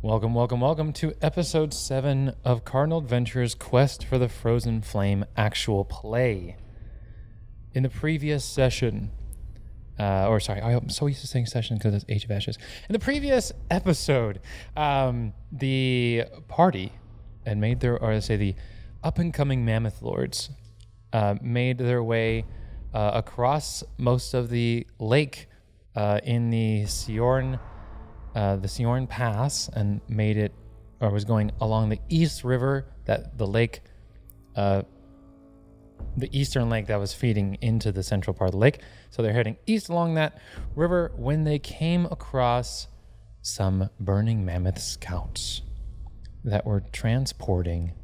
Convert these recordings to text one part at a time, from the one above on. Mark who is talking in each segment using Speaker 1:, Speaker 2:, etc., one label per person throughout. Speaker 1: Welcome, welcome, welcome to episode seven of Cardinal Adventures Quest for the Frozen Flame actual play. In the previous session, uh, or sorry, I'm so used to saying session because it's Age of Ashes. In the previous episode, um, the party and made their, or I say the up and coming Mammoth Lords uh, made their way uh, across most of the lake uh, in the Sjorn uh, the Sjorn Pass and made it, or was going along the East River that the lake, uh, the eastern lake that was feeding into the central part of the lake. So they're heading east along that river when they came across some burning mammoth scouts that were transporting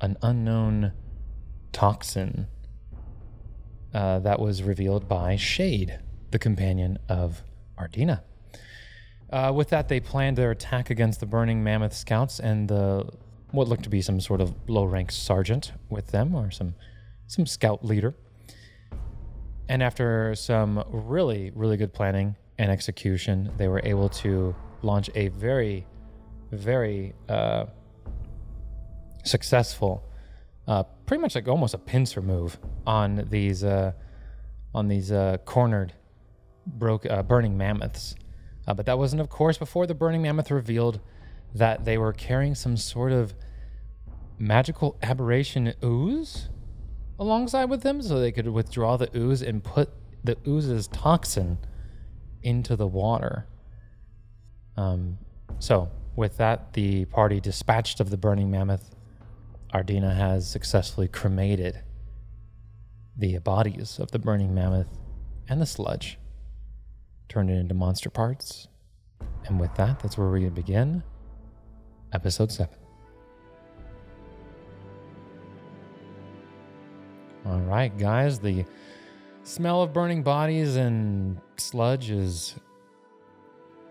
Speaker 1: an unknown toxin uh, that was revealed by Shade, the companion of Ardina. Uh, with that, they planned their attack against the burning mammoth scouts and the what looked to be some sort of low-ranked sergeant with them, or some some scout leader. And after some really, really good planning and execution, they were able to launch a very, very uh, successful, uh, pretty much like almost a pincer move on these uh, on these uh, cornered broke uh, burning mammoths. Uh, but that wasn't, of course, before the burning mammoth revealed that they were carrying some sort of magical aberration ooze alongside with them, so they could withdraw the ooze and put the ooze's toxin into the water. Um, so, with that, the party dispatched of the burning mammoth, Ardina has successfully cremated the bodies of the burning mammoth and the sludge turned it into monster parts. And with that, that's where we're going to begin episode 7. All right, guys, the smell of burning bodies and sludge is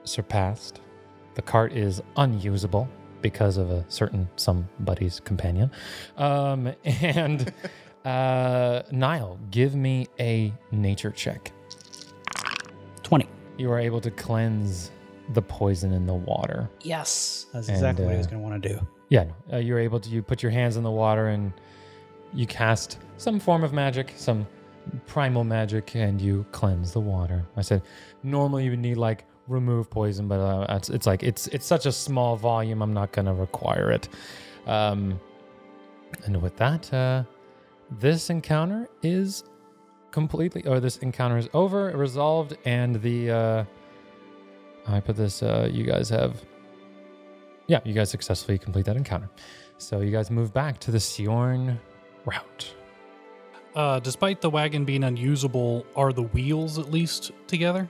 Speaker 1: surpassed. The cart is unusable because of a certain somebody's companion. Um, and uh, Niall, give me a nature check.
Speaker 2: 20.
Speaker 1: you are able to cleanse the poison in the water.
Speaker 2: Yes. That's
Speaker 1: And,
Speaker 2: exactly what he was
Speaker 1: uh,
Speaker 2: going to want to do.
Speaker 1: Yeah, no, uh, you're able to. You put your hands in the water and you cast some form of magic, some primal magic, and you cleanse the water. I said normally you would need like remove poison, but uh, it's, it's like it's it's such a small volume. I'm not gonna require it. Um, and with that, uh, this encounter is completely, or this encounter is over, resolved, and the uh, I put this. Uh, you guys have yeah, you guys successfully complete that encounter. So you guys move back to the Sjorn route.
Speaker 3: Uh, despite the wagon being unusable, are the wheels at least together?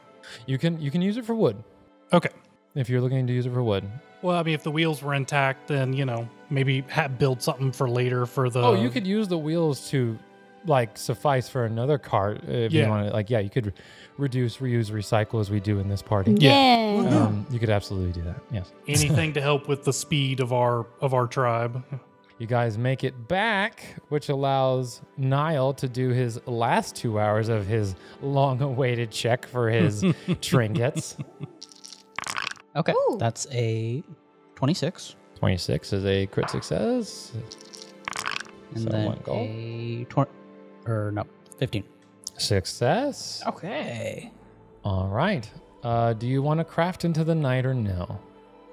Speaker 1: You can you can use it for wood
Speaker 3: Okay.
Speaker 1: if you're looking to use it for wood.
Speaker 3: Well, I mean, if the wheels were intact, then you know maybe ha- build something for later for the.
Speaker 1: oh, you could use the wheels to like suffice for another cart if you
Speaker 3: Yeah.
Speaker 1: want to. Like yeah, you could re- reduce, reuse, recycle as we do in this party.
Speaker 3: Yeah.
Speaker 4: Yeah.
Speaker 1: Um, you could absolutely do that. Yes.
Speaker 3: anything to help with the speed of our of our tribe.
Speaker 1: You guys make it back, which allows Niall to do his last two hours of his long awaited check for his trinkets.
Speaker 2: Okay.
Speaker 4: Ooh.
Speaker 2: That's a 26.
Speaker 1: 26 is a crit success.
Speaker 2: And
Speaker 1: So
Speaker 2: then
Speaker 1: one goal.
Speaker 2: a 20. Or no, 15.
Speaker 1: Success.
Speaker 2: Oh. Okay.
Speaker 1: All right. Uh, do you want to craft into the night or no?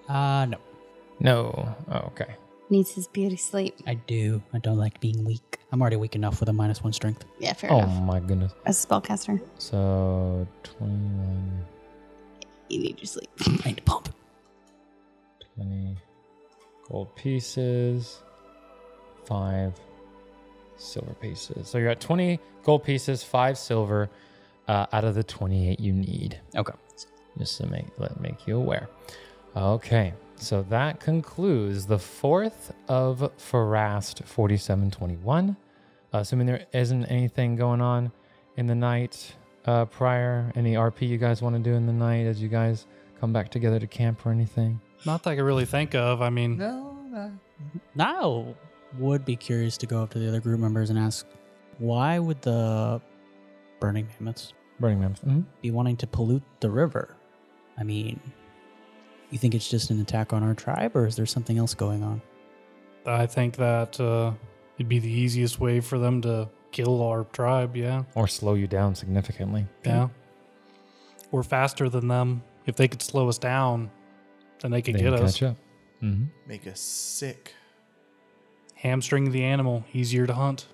Speaker 2: Uh, no.
Speaker 1: No. okay.
Speaker 4: Needs his beauty sleep.
Speaker 2: I do. I don't like being weak. I'm already weak enough with a minus one strength.
Speaker 4: Yeah, fair
Speaker 1: Oh
Speaker 4: enough.
Speaker 1: my goodness.
Speaker 4: As a spellcaster,
Speaker 1: So 21,
Speaker 4: you need your sleep.
Speaker 2: I need to pump.
Speaker 1: 20 gold pieces, five silver pieces. So you're at 20 gold pieces, five silver uh, out of the 28 you need.
Speaker 2: Okay.
Speaker 1: just to make let make you aware. Okay, so that concludes the fourth of Farast 4721. assuming there isn't anything going on in the night uh, prior, any RP you guys want to do in the night as you guys come back together to camp or anything.
Speaker 3: Not that I could really think of. I mean,
Speaker 2: Now, would be curious to go up to the other group members and ask, why would the burning mammoths
Speaker 1: Mm-hmm. Burning Man.
Speaker 2: be wanting to pollute the river? I mean, You think it's just an attack on our tribe, or is there something else going on?
Speaker 3: I think that uh, it'd be the easiest way for them to kill our tribe. Yeah.
Speaker 1: or slow you down significantly.
Speaker 3: Yeah. We're faster than them. If they could slow us down, then they could
Speaker 1: Then
Speaker 3: get
Speaker 1: you
Speaker 3: us.
Speaker 1: catch up. hmm
Speaker 5: Make us sick.
Speaker 3: Hamstring the animal, easier to hunt.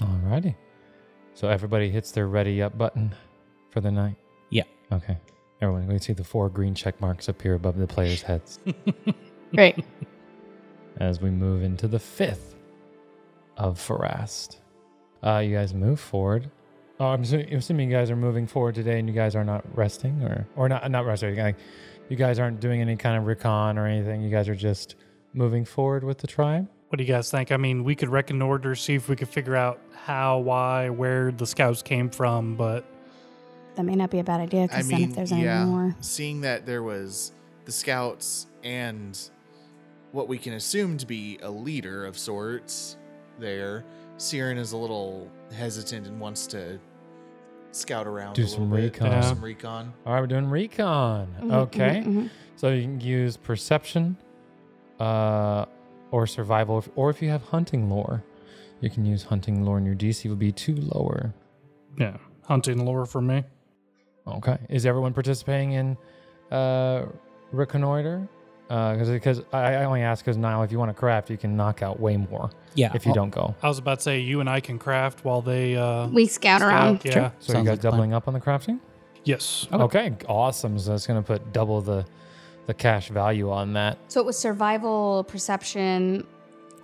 Speaker 1: Alrighty. So everybody hits their ready up button for the night.
Speaker 2: Yeah.
Speaker 1: Okay. Everyone, we see the four green check marks appear above the players' heads
Speaker 4: Right.
Speaker 1: as we move into the fifth of Farast. Uh, you guys move forward. Oh, I'm assuming, I'm assuming you guys are moving forward today, and you guys are not resting, or or not not resting. Like, you guys aren't doing any kind of recon or anything. You guys are just moving forward with the tribe.
Speaker 3: What do you guys think? I mean, we could reconnoiter, see if we could figure out how, why, where the scouts came from, but
Speaker 4: That may not be a bad idea
Speaker 5: I
Speaker 4: because then
Speaker 5: mean,
Speaker 4: if there's any
Speaker 5: yeah.
Speaker 4: more,
Speaker 5: Seeing that there was the scouts and what we can assume to be a leader of sorts there, Siren is a little hesitant and wants to scout around,
Speaker 1: Do
Speaker 5: a little
Speaker 1: some
Speaker 5: bit,
Speaker 1: recon.
Speaker 5: do
Speaker 3: Yeah.
Speaker 5: some recon.
Speaker 1: All right, we're doing recon.
Speaker 4: Mhm,
Speaker 1: okay.
Speaker 4: mhm, mhm.
Speaker 1: So you can use perception, uh, or survival, if- or if you have hunting lore, you can use hunting lore, and your DC will be two lower.
Speaker 3: yeah, hunting lore for me.
Speaker 1: Okay. Is everyone participating in uh, reconnoiter? Because because I, I only ask because Niall, if you want to craft, you can knock out way more
Speaker 2: Yeah. oh,
Speaker 1: if you
Speaker 2: I'll-
Speaker 1: don't go.
Speaker 3: I was about to say, you and I can craft while they. Uh,
Speaker 4: we scout around.
Speaker 3: Yeah.
Speaker 2: Sure.
Speaker 1: So
Speaker 2: Sounds
Speaker 1: you guys
Speaker 2: like a plan.
Speaker 1: doubling up on the crafting?
Speaker 3: Yes.
Speaker 1: Okay. Awesome. So that's gonna put double the the cash value on that,
Speaker 4: So it was survival, perception.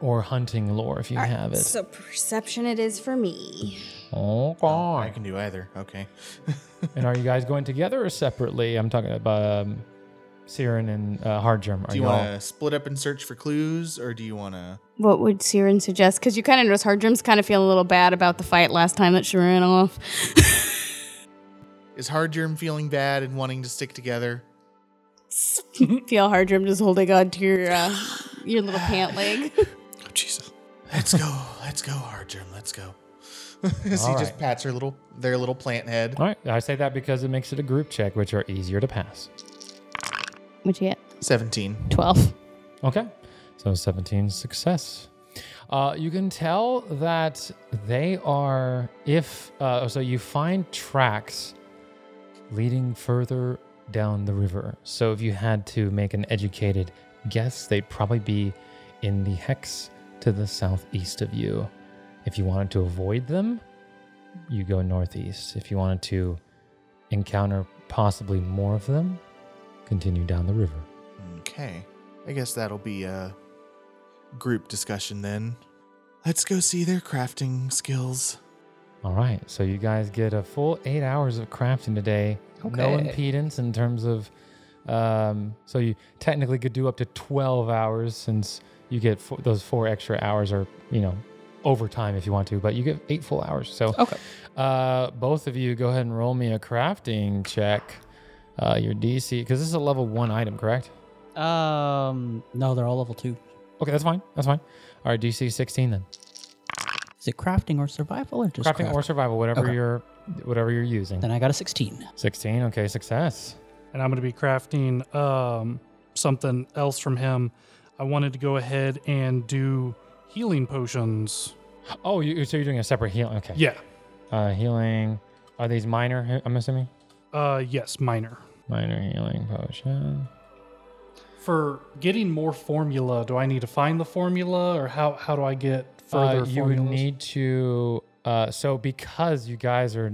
Speaker 1: or hunting lore if you
Speaker 4: All right,
Speaker 1: have it.
Speaker 4: So perception it is for me.
Speaker 1: Oh
Speaker 5: Oh,
Speaker 1: God.
Speaker 5: I can do either. Okay.
Speaker 1: And are you guys going together or separately? I'm talking about um, Siren and uh, Hardgerm. Are
Speaker 5: Do you
Speaker 1: y'all-
Speaker 5: want to split up and search for clues, or do you want to?
Speaker 4: What would Siren suggest? Because you kind of notice Hardrim's kind of feeling a little bad about the fight last time that she ran off.
Speaker 5: Is Hard Germ feeling bad and wanting to stick together?
Speaker 4: Feel Hardrim just holding on to your uh, your little pant leg.
Speaker 5: Oh, Jesus. Let's go. let's go, Hard Germ. Let's go. As he
Speaker 1: All
Speaker 5: just
Speaker 1: right.
Speaker 5: pats her little their little plant head.
Speaker 1: All right. I say that because it makes it a group check, which are easier to pass.
Speaker 4: What'd you get?
Speaker 5: Seventeen.
Speaker 4: Twelve.
Speaker 1: Okay. So 17 success. Uh, you can tell that they are, if, uh, so you find tracks leading further down the river. So if you had to make an educated guess, they'd probably be in the hex to the southeast of you. If you wanted to avoid them, you go northeast. If you wanted to encounter possibly more of them, continue down the river.
Speaker 5: Okay. I guess that'll be a group discussion then. Let's go see their crafting skills.
Speaker 1: All right, so you guys get a full eight hours of crafting today. No
Speaker 4: Okay.
Speaker 1: impedance in terms of, um, so you technically could do up to twelve hours since you get four, those four extra hours or you know overtime if you want to, but you get eight full hours. So
Speaker 2: Okay.
Speaker 1: uh, both of you go ahead and roll me a crafting check. Uh, your DC because this is a level one item, correct?
Speaker 2: Um. No, they're all level two.
Speaker 1: Okay, that's fine. That's fine. All right, DC sixteen then.
Speaker 2: Is it crafting or survival or just
Speaker 1: crafting or survival, whatever
Speaker 2: Okay.
Speaker 1: you're, whatever you're using.
Speaker 2: Then I got a sixteen.
Speaker 1: Sixteen. Okay, success.
Speaker 3: And I'm going to be crafting um, something else from him. I wanted to go ahead and do healing potions.
Speaker 1: Oh, you, so you're doing a separate healing? Okay.
Speaker 3: Yeah.
Speaker 1: Uh, healing. Are these minor? he- I'm assuming
Speaker 3: Uh, yes, minor.
Speaker 1: minor healing potion.
Speaker 3: For getting more formula, do I need to find the formula or how, how do I get further
Speaker 1: Uh, you would
Speaker 3: formulas?
Speaker 1: need to. Uh, so because you guys are,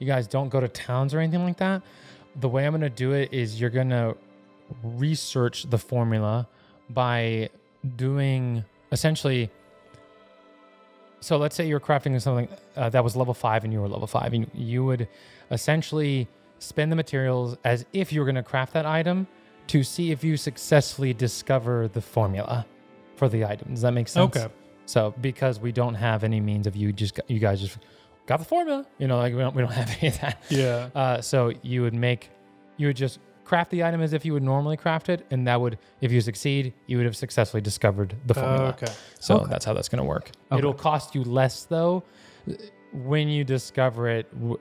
Speaker 1: you guys don't go to towns or anything like that. The way I'm gonna do it is you're gonna research the formula by doing essentially. So let's say you're crafting something uh, that was level five and you were level five, and you would essentially spend the materials as if you were going to craft that item to see if you successfully discover the formula for the item. Does that make sense?
Speaker 3: Okay.
Speaker 1: So because we don't have any means of you just you guys just got the formula, you know, like we don't we don't have any of that.
Speaker 3: Yeah.
Speaker 1: Uh, so you would make, you would just craft the item as if you would normally craft it, and that would, if you succeed, you would have successfully discovered the formula.
Speaker 3: Okay.
Speaker 1: So that's how that's going to work.
Speaker 2: Okay.
Speaker 1: It'll cost you less though when you discover it. w-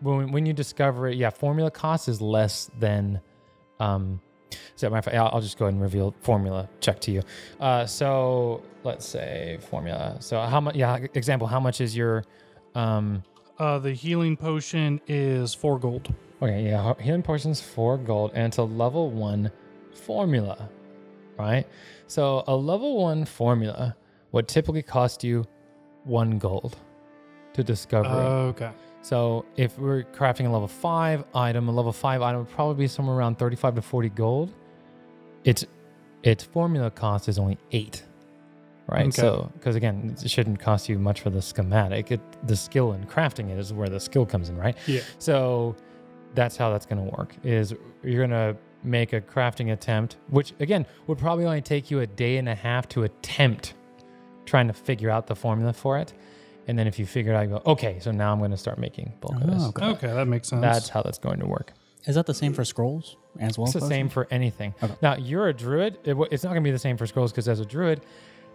Speaker 1: When when you discover it, yeah, formula cost is less than um, So my, I'll I'll just go ahead and reveal formula check to you. Uh, so let's say formula. So how much? Yeah, example. How much is your? Um,
Speaker 3: Uh, the healing potion is four gold.
Speaker 1: okay, yeah, he- healing potions four gold, and it's a level one formula, right? So a level one formula would typically cost you one gold to discover. it.
Speaker 3: Okay.
Speaker 1: So if we're crafting a level five item, a level five item would probably be somewhere around thirty-five to forty gold. Its its formula cost is only eight, right?
Speaker 3: Okay.
Speaker 1: So because again, it shouldn't cost you much for the schematic. It, the skill in crafting it is where the skill comes in, right?
Speaker 3: Yeah.
Speaker 1: So that's how that's going to work. Is you're going to make a crafting attempt, which again would probably only take you a day and a half to attempt trying to figure out the formula for it. And then if you figure it out, you go, okay, so now I'm going to start making bulk of this.
Speaker 2: Oh, okay.
Speaker 3: Okay, that makes sense.
Speaker 1: That's how that's going to work.
Speaker 2: Is that the same for scrolls as well?
Speaker 1: It's the
Speaker 2: potions?
Speaker 1: same for anything.
Speaker 2: Okay.
Speaker 1: Now, you're a druid. It, wa- it's not going to be the same for scrolls because as a druid,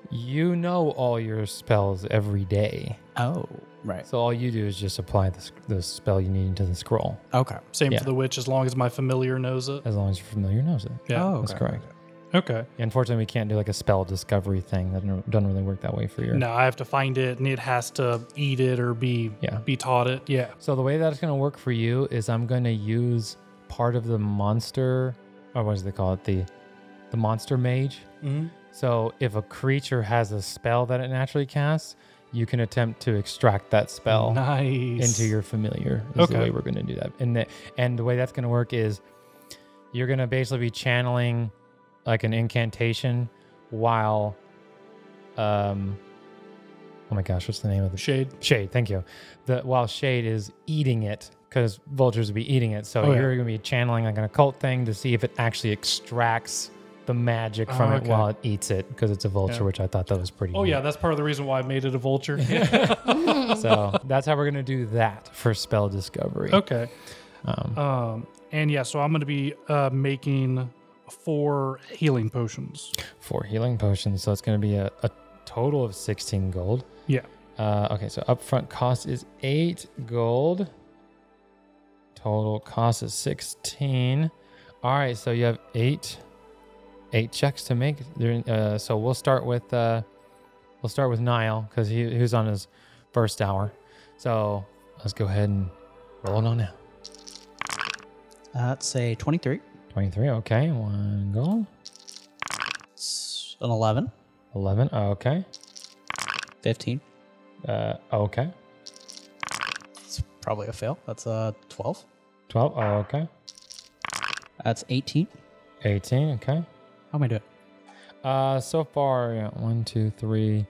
Speaker 1: you know all your spells every day.
Speaker 2: Oh, right.
Speaker 1: So all you do is just apply the, sc- the spell you need into the scroll
Speaker 2: Okay.
Speaker 3: Same
Speaker 1: yeah.
Speaker 3: for the witch, as long as my familiar knows it.
Speaker 1: as long as you're familiar knows it.
Speaker 3: Yeah.
Speaker 2: Oh,
Speaker 1: That's
Speaker 2: okay.
Speaker 1: correct.
Speaker 3: Okay.
Speaker 1: Unfortunately, we can't do like a spell discovery thing. That don't- doesn't really work that way for your.
Speaker 3: No, I have to find it, and it has to eat it or be
Speaker 1: Yeah.
Speaker 3: be taught it. Yeah.
Speaker 1: So the way that's going to work for you is I'm going to use part of the monster, or what is it called? The, the monster mage.
Speaker 3: Mm-hmm.
Speaker 1: So if a creature has a spell that it naturally casts, you can attempt to extract that spell
Speaker 3: Nice.
Speaker 1: into your familiar. Is
Speaker 3: Okay.
Speaker 1: the way we're going to do that. And the, and the way that's going to work is you're going to basically be channeling like an incantation while um oh my gosh, what's the name of the
Speaker 3: shade.
Speaker 1: Shade, thank you. The while Shade is eating it because vultures would be eating it, so
Speaker 3: Oh, yeah.
Speaker 1: you're going to be channeling like an occult thing to see if it actually extracts the magic from
Speaker 3: Oh,
Speaker 1: it
Speaker 3: okay.
Speaker 1: while it eats it because it's a vulture,
Speaker 3: Yeah.
Speaker 1: which I thought that was pretty.
Speaker 3: Oh
Speaker 1: neat.
Speaker 3: yeah, that's part of the reason why I made it a vulture.
Speaker 1: so that's how we're going to do that for spell discovery.
Speaker 3: okay.
Speaker 1: Um,
Speaker 3: Um, and yeah, so I'm gonna be uh, making four healing potions.
Speaker 1: Four healing potions, so it's going to be a, a total of sixteen gold.
Speaker 3: Yeah.
Speaker 1: Uh, okay, so upfront cost is eight gold. Total cost is sixteen. All right, so you have eight, eight checks to make. There- Uh, so we'll start with uh, we'll start with Niall because he, he was on his first hour. So let's go ahead and roll it on now.
Speaker 2: That's say 23.
Speaker 1: Twenty-three. Okay, one gold.
Speaker 2: It's an 11.
Speaker 1: Eleven. Okay.
Speaker 2: 15.
Speaker 1: Uh, okay.
Speaker 2: It's probably a fail. That's a 12.
Speaker 1: Twelve. Okay.
Speaker 2: That's 18.
Speaker 1: 18, okay.
Speaker 2: How am I doing?
Speaker 1: Uh, so far, yeah, one, two, three,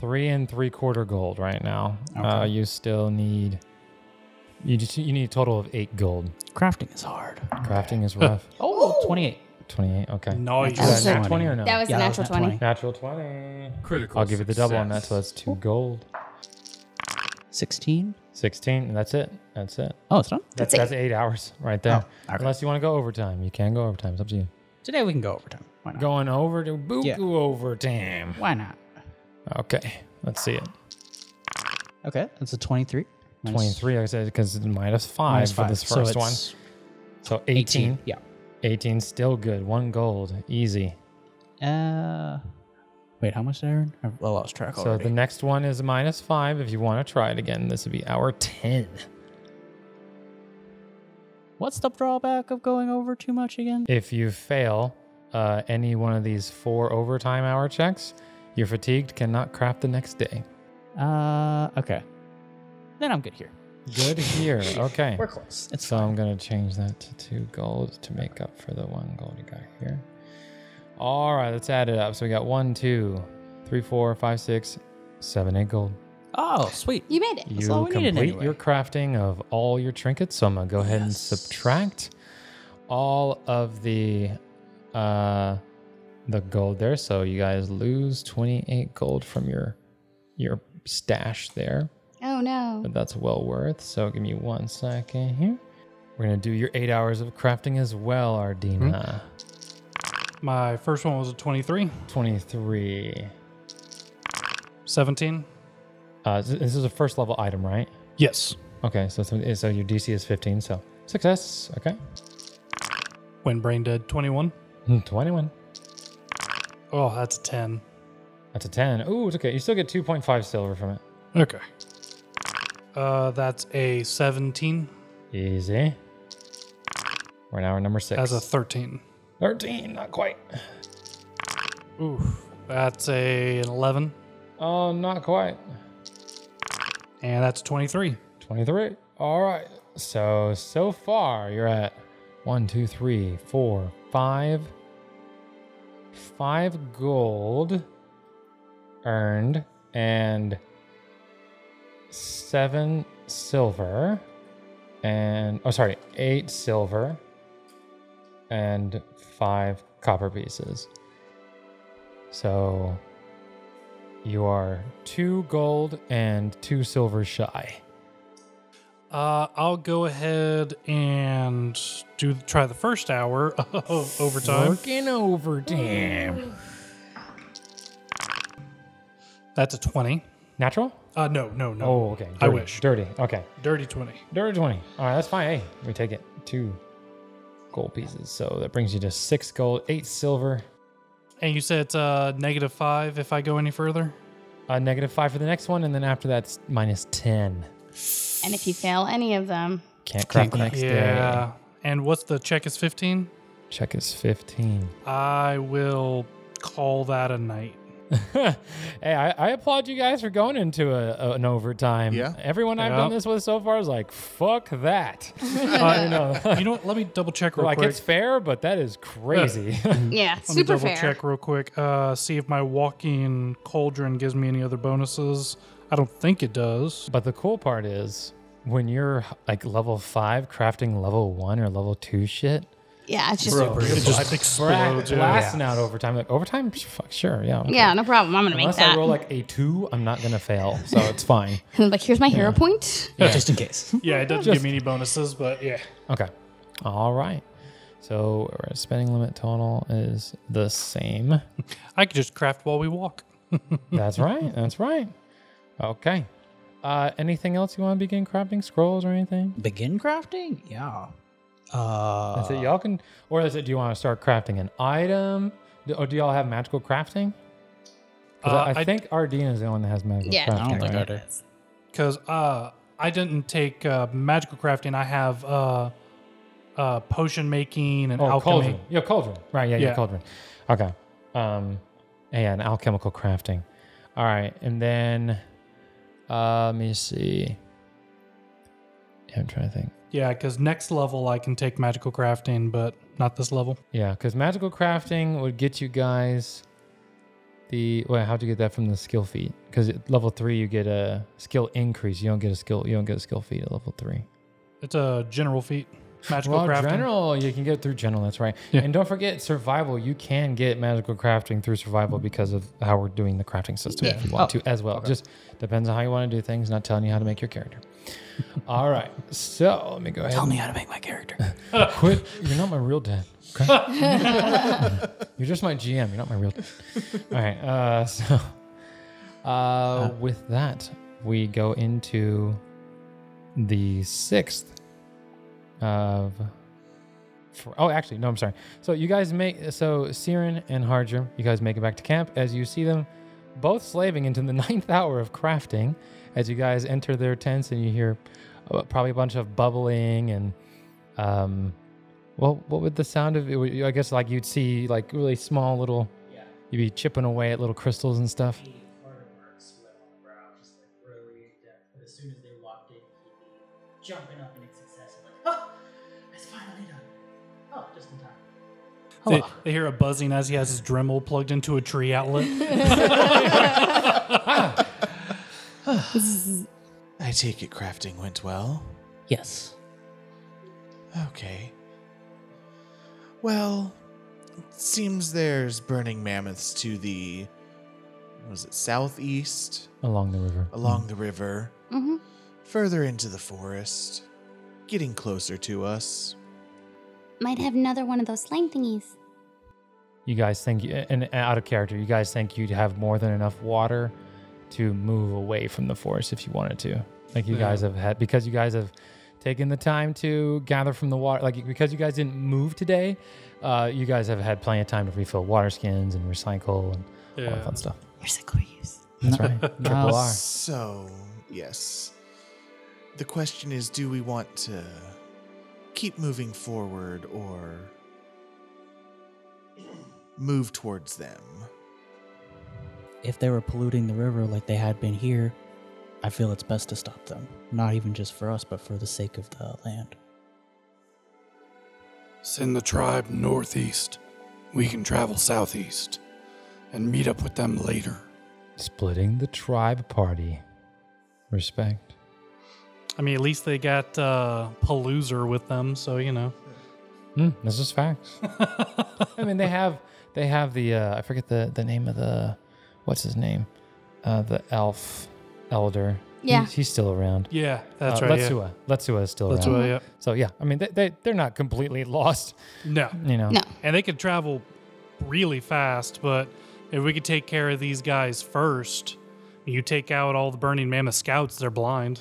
Speaker 1: three and three quarter gold right now. Uh,
Speaker 2: Okay.
Speaker 1: you still need, you just, you need a total of eight gold.
Speaker 2: Crafting is hard.
Speaker 1: Crafting is rough.
Speaker 2: Oh, 28.
Speaker 1: 28, okay.
Speaker 3: Nice.
Speaker 1: Is that a
Speaker 4: That's
Speaker 1: nat
Speaker 4: right.
Speaker 1: 20 or no?
Speaker 4: That was
Speaker 2: Yeah,
Speaker 4: a
Speaker 2: that was
Speaker 4: natural
Speaker 2: nat
Speaker 4: 20.
Speaker 1: Natural 20.
Speaker 6: Critical.
Speaker 1: I'll give you the double on that,
Speaker 6: success.
Speaker 1: so that's two gold.
Speaker 2: 16.
Speaker 1: 16, and that's it. That's it.
Speaker 2: Oh, it's done.
Speaker 1: That's,
Speaker 4: it.
Speaker 1: that's eight hours right there.
Speaker 2: Oh, okay.
Speaker 1: Unless you want to go overtime. You can go overtime. It's up to you.
Speaker 2: Today we can go overtime. Why not?
Speaker 1: Going over to Buku
Speaker 2: Yeah.
Speaker 1: overtime.
Speaker 2: Why not?
Speaker 1: Okay, let's see it.
Speaker 2: Okay, that's a 23. Minus-
Speaker 1: 23, like I said, because it's minus five,
Speaker 2: minus
Speaker 1: for this
Speaker 2: so
Speaker 1: first one.
Speaker 2: it's
Speaker 1: So
Speaker 2: 18.
Speaker 1: 18. 18.
Speaker 2: Yeah.
Speaker 1: 18, still good. One gold, easy.
Speaker 2: Uh, wait, how much did I earn? I I lost track
Speaker 1: So
Speaker 2: already.
Speaker 1: the next one is minus five. If you want to try it again, this would be hour 10.
Speaker 2: What's the drawback of going over too much again?
Speaker 1: If you fail uh, any one of these four overtime hour checks, you're fatigued, cannot craft the next day.
Speaker 2: Uh, okay. Then I'm good here.
Speaker 1: Good here. Okay.
Speaker 2: We're close. It's
Speaker 1: So I'm going to change that to two gold to make up for the one gold you got here. All right, let's add it up. So we got one, two, three, four, five, six, seven, eight gold.
Speaker 2: oh sweet.
Speaker 4: You made it.
Speaker 1: You
Speaker 2: all we
Speaker 1: complete
Speaker 2: needed anyway.
Speaker 1: your crafting of all your trinkets. So I'm gonna go ahead and
Speaker 2: Yes.
Speaker 1: subtract all of the uh the gold there. So you guys lose 28 gold from your your stash there,
Speaker 4: Oh no.
Speaker 1: but that's well worth. So give me one second here. We're gonna do your eight hours of crafting as well, Ardina.
Speaker 3: My first one was a 23,
Speaker 1: 23.
Speaker 3: 17.
Speaker 1: Uh, this this is a first level item, right?
Speaker 3: Yes.
Speaker 1: Okay, so so so your DC is 15, so success. Okay.
Speaker 3: When brain dead, 21.
Speaker 1: Hmm, 21.
Speaker 3: Oh, that's a 10.
Speaker 1: That's a 10. Ooh, it's okay. You still get 2.5 silver from it.
Speaker 3: Okay. Uh, that's a 17.
Speaker 1: Easy. We're now at number six.
Speaker 3: That's a 13.
Speaker 1: 13, not quite.
Speaker 3: Oof. That's a an 11.
Speaker 1: Oh, not quite.
Speaker 3: And that's 23.
Speaker 1: 23. All right. So, so far, you're at one, two, three, four, five, five gold earned and seven silver. And, oh, sorry, eight silver and five copper pieces. So, you are two gold and two silver shy.
Speaker 3: Uh, I'll go ahead and do try the first hour of overtime.
Speaker 1: Working overtime.
Speaker 3: That's a 20.
Speaker 1: Natural?
Speaker 3: Uh, no, no, no.
Speaker 1: Oh, okay.
Speaker 3: I
Speaker 1: dirty,
Speaker 3: wish.
Speaker 1: Dirty. Okay.
Speaker 3: Dirty 20.
Speaker 1: Dirty 20. All right, that's fine. Hey, we take it. Two gold pieces. So that brings you to six gold, eight silver,
Speaker 3: And you said it's uh, negative 5 if I go any further?
Speaker 1: a negative five for the next one. And then after that's minus 10.
Speaker 4: And if you fail any of them,
Speaker 1: Can't crack the
Speaker 2: Can't
Speaker 1: next day.
Speaker 3: Yeah. And what's the check is 15?
Speaker 1: Check is 15.
Speaker 3: I will call that a night.
Speaker 1: hey, I, I applaud you guys for going into a, a- an overtime.
Speaker 5: Yeah.
Speaker 1: Everyone I've
Speaker 3: Yeah.
Speaker 1: done this with so far is like, fuck that.
Speaker 3: Uh,
Speaker 1: you know,
Speaker 3: you know what? Let me double check real
Speaker 1: like
Speaker 3: quick.
Speaker 1: it's fair, but that is crazy.
Speaker 4: yeah,
Speaker 3: Let
Speaker 4: super
Speaker 3: me double
Speaker 4: fair.
Speaker 3: check real quick. Uh, see if my walking cauldron gives me any other bonuses. I don't think it does.
Speaker 1: But the cool part is when you're like level five crafting level one or level two shit,
Speaker 4: Yeah, it's just
Speaker 1: Bro.
Speaker 3: It just
Speaker 1: we're at-
Speaker 3: explodes. yeah.
Speaker 1: blasting out overtime. Like overtime, Psh, fuck sure, yeah. okay.
Speaker 4: yeah, no problem. I'm gonna
Speaker 1: Unless
Speaker 4: make
Speaker 1: I
Speaker 4: that.
Speaker 1: roll like a two, I'm not gonna fail, so it's fine.
Speaker 4: like here's my hero point.
Speaker 2: Just in case.
Speaker 3: Yeah, it doesn't give me any bonuses, but yeah.
Speaker 1: Okay, all right. So our spending limit total is the same.
Speaker 3: I could just craft while we walk.
Speaker 1: That's right. That's right. Okay. Uh, anything else you want to begin crafting? Scrolls or anything?
Speaker 2: Begin crafting? Yeah. Uh,
Speaker 1: That's it. Y'all can, or is it? Do you want to start crafting an item? Do, or do y'all have magical crafting? 'Cause
Speaker 3: Uh,
Speaker 1: I, I
Speaker 3: I-
Speaker 1: think Ardina is the one that has magical
Speaker 4: Yeah,
Speaker 1: crafting.
Speaker 2: I don't think I
Speaker 1: right?
Speaker 2: do.
Speaker 3: Because uh, I didn't take uh, magical crafting. I have uh, uh, potion making and
Speaker 1: Oh,
Speaker 3: alchemy.
Speaker 1: cauldron. Your cauldron. Right. Yeah, your
Speaker 3: Yeah.
Speaker 1: cauldron. Okay. Um, yeah, an alchemical crafting. All right, and then uh, let me see. Yeah, I'm trying to think.
Speaker 3: Yeah, because next level I can take magical crafting, but not this level.
Speaker 1: Yeah, because magical crafting would get you guys the. Well, how'd you get that from the skill feat? Because at level three, you get a skill increase. You don't get a skill. You don't get a skill feat at level three.
Speaker 3: It's a general feat. Magical
Speaker 1: well,
Speaker 3: crafting.
Speaker 1: general, you can get through general. That's right.
Speaker 3: Yeah.
Speaker 1: And don't forget survival. You can get magical crafting through survival because of how we're doing the crafting system if you
Speaker 3: Oh,
Speaker 1: want to as well. Just depends on how you want to do things. Not telling you how to make your character. All right. So let me go ahead.
Speaker 2: Tell
Speaker 1: and
Speaker 2: me how to make my character.
Speaker 1: Quit. You're not my real dad. okay? You're just my GM. You're not my real dad. All right. Uh, so, uh, with that, we go into the sixth of. For, oh, actually, no, I'm sorry. So you guys make so Siren and Harger. You guys make it back to camp as you see them both slaving into the ninth hour of crafting. As you guys enter their tents and you hear uh, probably a bunch of bubbling and um well what would the sound of it would- i guess like you'd see like really small little you'd be chipping away at little crystals and stuff
Speaker 6: Artworks went on brow, just like really in depth. But as soon as they walked in, he'd be jumping up in his success and like, oh, it's finally done. Oh, just in time.
Speaker 3: They, they hear a buzzing as he has his Dremel plugged into a tree outlet.
Speaker 5: I take it crafting went well.
Speaker 2: yes.
Speaker 5: Okay. Well, it seems there's burning mammoths to the was it southeast
Speaker 1: along the river
Speaker 4: Mm.
Speaker 5: along the river,
Speaker 4: hmm
Speaker 5: further into the forest, getting closer to us.
Speaker 4: Might have another one of those slime thingies.
Speaker 1: you guys think and and out of character you guys think you'd have more than enough water to move away from the forest if you wanted to like you guys have had because you guys have taking the time to gather from the water. Like because you guys didn't move today, uh, you guys have had plenty of time to refill water skins and recycle and all that
Speaker 3: Yeah.
Speaker 1: fun stuff.
Speaker 4: Here's a core use.
Speaker 1: That's right. Triple R.
Speaker 5: So, yes. The question is do we want to keep moving forward or move towards them?
Speaker 2: If they were polluting the river like they had been here, I feel it's best to stop them. Not even just for us, but for the sake of the land.
Speaker 7: Send the tribe northeast. We can travel southeast and meet up with them later.
Speaker 1: Splitting the tribe party. Respect.
Speaker 3: I mean, at least they got uh, Palooza with them, so you know.
Speaker 1: Mm, this is facts. I mean, they have they have the uh, I forget the the name of the what's his name, uh, the elf elder.
Speaker 4: Yeah.
Speaker 1: he's, he's still around.
Speaker 3: Yeah, that's
Speaker 1: uh,
Speaker 3: right. yeah.
Speaker 1: Letsua. Letsua is still
Speaker 3: That's
Speaker 1: around.
Speaker 3: right. Yeah.
Speaker 1: So yeah, I mean they, they they're not completely lost,
Speaker 3: No,
Speaker 1: you know.
Speaker 4: No.
Speaker 3: and they could travel really fast, but if we could take care of these guys first, you take out all the Burning Mammoth scouts. They're blind.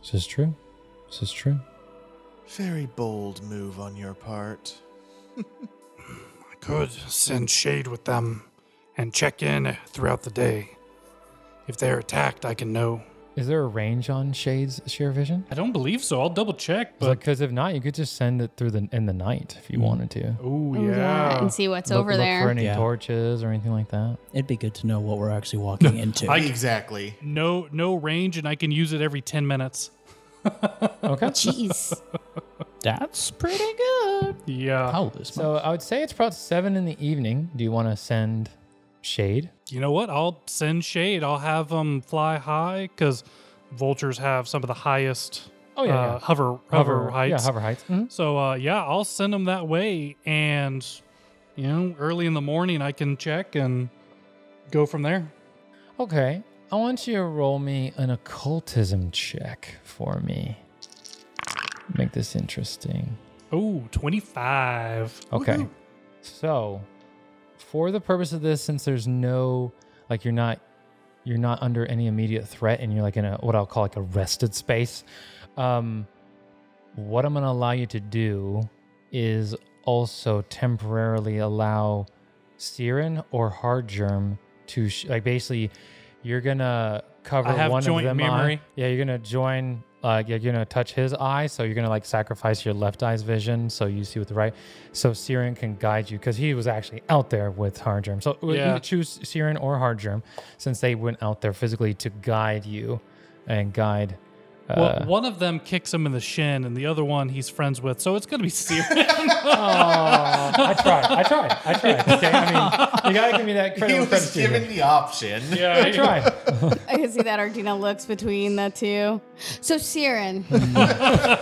Speaker 1: This is true. This is true.
Speaker 5: Very bold move on your part.
Speaker 7: I could send shade with them and check in throughout the day. If they're attacked, I can know.
Speaker 1: Is there a range on Shade's sheer vision?
Speaker 3: I don't believe so. I'll double check, but
Speaker 1: Because if not, you could just send it through the in the night if you wanted to.
Speaker 3: oh
Speaker 4: Oh, yeah. And see what's
Speaker 1: Look-
Speaker 4: over
Speaker 1: Hmm. look
Speaker 4: there.
Speaker 1: for any
Speaker 2: Yeah.
Speaker 1: torches or anything like that.
Speaker 2: It'd be good to know what we're actually walking into.
Speaker 3: I-
Speaker 5: exactly.
Speaker 3: no, no range, and I can use it every ten minutes.
Speaker 1: Okay.
Speaker 4: Jeez.
Speaker 2: That's pretty good.
Speaker 3: Yeah,
Speaker 2: How Oh, this
Speaker 1: So I would say it's about seven in the evening. Do you want to send shade?
Speaker 3: you know what? I'll send shade. I'll have them fly high because vultures have some of the highest.
Speaker 1: Oh, yeah,
Speaker 3: uh,
Speaker 1: yeah.
Speaker 3: hover, hover, heights.
Speaker 1: Yeah, hover heights. Mhm.
Speaker 3: So uh, yeah, I'll send them that way, and you know, early in the morning I can check and go from there.
Speaker 1: Okay. I want you to roll me an occultism check for me. Make this interesting.
Speaker 3: Oh, 25.
Speaker 1: Okay.
Speaker 5: Woohoo.
Speaker 1: So, for the purpose of this, since there's no, like, you're not, you're not under any immediate threat, and you're like in a what I'll call like a rested space. Um, what I'm gonna allow you to do is also temporarily allow Siren or Hard Germ to sh- like basically, you're gonna cover
Speaker 3: I have
Speaker 1: one
Speaker 3: joint
Speaker 1: of them. eye.
Speaker 3: memory.
Speaker 1: Yeah, you're gonna join. Uh, you're gonna touch his eye, so you're gonna like sacrifice your left eye's vision, so you see with the right. So Siren can guide you because he was actually out there with Hard Germ. So we- you
Speaker 3: Yeah.
Speaker 1: could choose Siren or Hard Germ since they went out there physically to guide you and guide.
Speaker 3: well, one of them kicks him in the shin, and the other one he's friends with, so it's gonna be serious.
Speaker 1: I tried. I tried. I tried. Okay. I mean, you gotta give me that credit.
Speaker 5: He
Speaker 1: where
Speaker 5: was
Speaker 1: credit's due.
Speaker 5: given the option.
Speaker 1: I tried.
Speaker 4: I can see that Ardina looks between the two. So, Siren.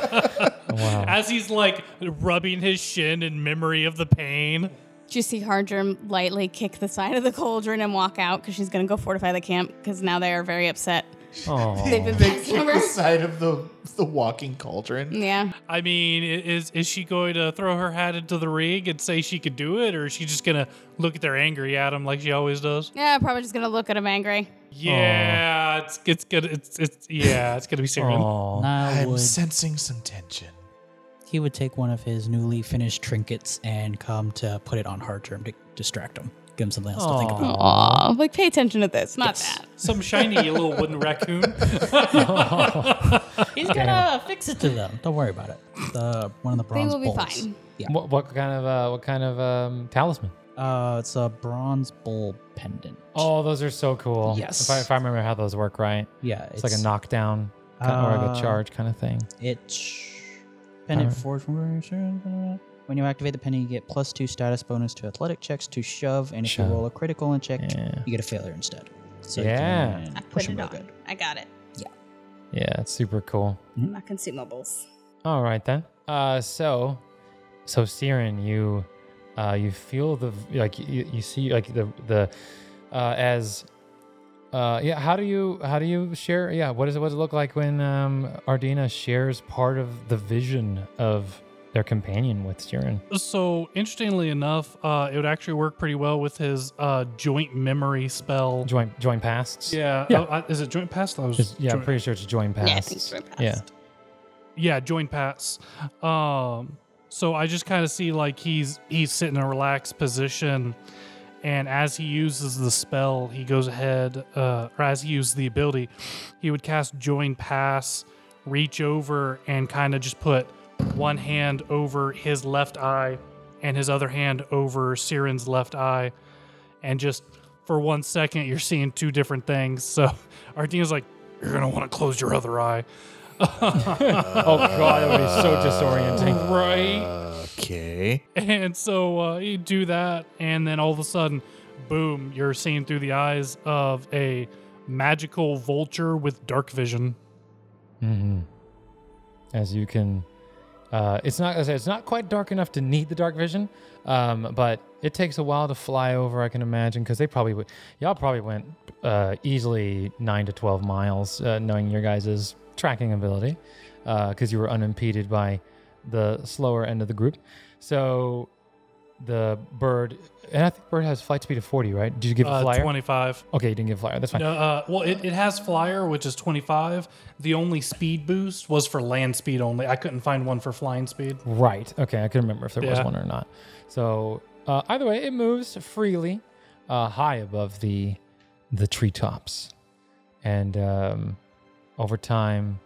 Speaker 1: Wow.
Speaker 3: As he's like rubbing his shin in memory of the pain.
Speaker 4: Do you see Hardrim lightly kick the side of the cauldron and walk out because she's going to go fortify the camp because now they are very upset. They've
Speaker 1: Oh.
Speaker 4: been
Speaker 5: They kick
Speaker 4: passing
Speaker 5: the
Speaker 4: over.
Speaker 5: side of the, the walking cauldron.
Speaker 4: Yeah.
Speaker 3: I mean, i- is is she going to throw her hat into the ring and say she could do it, or is she just gonna look at their angry at him like she always does?
Speaker 4: Yeah, probably just going to look at him angry.
Speaker 3: Yeah, it's it's gonna it's it's yeah, it's gonna be serious.
Speaker 1: Oh.
Speaker 2: Nile
Speaker 5: I'm
Speaker 2: would
Speaker 5: sensing some tension.
Speaker 2: he would take one of his newly finished trinkets and come to put it on hard term to distract him. Give him something else to think about.
Speaker 4: Aw, like pay attention to this, not that.
Speaker 3: Some shiny little wooden raccoon.
Speaker 2: He's gonna fix it to them. Don't worry about it. The one of the
Speaker 4: They
Speaker 2: bronze
Speaker 4: will be
Speaker 2: bowls.
Speaker 4: fine.
Speaker 1: What, what kind of uh, what kind of um, talisman?
Speaker 2: Uh, it's a bronze bowl pendant.
Speaker 1: Oh, those are so cool.
Speaker 2: Yes.
Speaker 1: If I, if I remember how those work right,
Speaker 2: yeah,
Speaker 1: it's, like a knockdown kind or like a
Speaker 2: Uh,
Speaker 1: charge kind of thing.
Speaker 2: It's pendant
Speaker 1: Alright.
Speaker 2: forged. When you activate the pendant, you get plus two status bonus to athletic checks to shove, and if
Speaker 1: Shove.
Speaker 2: you roll a critical and check,
Speaker 1: Yeah.
Speaker 2: you get a failure instead. So
Speaker 1: Yeah.
Speaker 2: you can
Speaker 4: I
Speaker 2: push
Speaker 4: put
Speaker 2: him
Speaker 4: it
Speaker 2: real
Speaker 4: on.
Speaker 2: good.
Speaker 4: I got it.
Speaker 1: Yeah, it's super cool.
Speaker 4: I'm not consumables.
Speaker 1: All right then. Uh, so, so Siren, you, uh, you feel the like you, you see like the the, uh, as, uh, yeah. How do you how do you share? Yeah. What does it what does it look like when um Ardina shares part of the vision of their companion with Siren?
Speaker 3: so interestingly enough, uh, it would actually work pretty well with his uh, joint memory spell.
Speaker 1: Join join pasts.
Speaker 3: yeah,
Speaker 1: Yeah.
Speaker 3: Oh, I- is it joint past? I was
Speaker 1: Just- yeah, I'm
Speaker 3: joint-
Speaker 1: pretty sure it's join
Speaker 4: Yeah, I
Speaker 1: pasts.
Speaker 4: think it's joint
Speaker 1: Yeah.
Speaker 4: past.
Speaker 3: yeah, joint pass. Um, so I just kind of see like he's he's sitting in a relaxed position, and as he uses the spell, he goes ahead, uh, or as he uses the ability, he would cast join pass, reach over and kind of just put one hand over his left eye and his other hand over Siren's left eye, and just for one second you're seeing two different things. So Artina's like, "You're gonna want to close your other eye."
Speaker 1: oh god, that would be so disorienting.
Speaker 3: Right.
Speaker 5: Okay.
Speaker 3: And so uh, you do that, and then all of a sudden, boom, you're seeing through the eyes of a magical vulture with dark vision.
Speaker 1: Mm-hmm. As you can, uh, it's not. as I said, It's not quite dark enough to need the dark vision, um, but it takes a while to fly over. I can imagine because they probably would. Y'all probably went uh, easily nine to twelve miles, uh, knowing your guys' tracking ability, because you were unimpeded by the slower end of the group. So the bird, and I think bird has flight speed of forty, right? Did you give a
Speaker 3: Uh,
Speaker 1: flyer?
Speaker 3: 25.
Speaker 1: Okay, you didn't give a flyer. That's fine.
Speaker 3: No, uh, well, it, it has flyer, which is 25. The only speed boost was for land speed only. I couldn't find one for flying speed.
Speaker 1: Right. Okay. I couldn't remember if there was
Speaker 3: Yeah.
Speaker 1: one or not. So uh, either way, it moves freely, uh, high above the the treetops, and um, over time,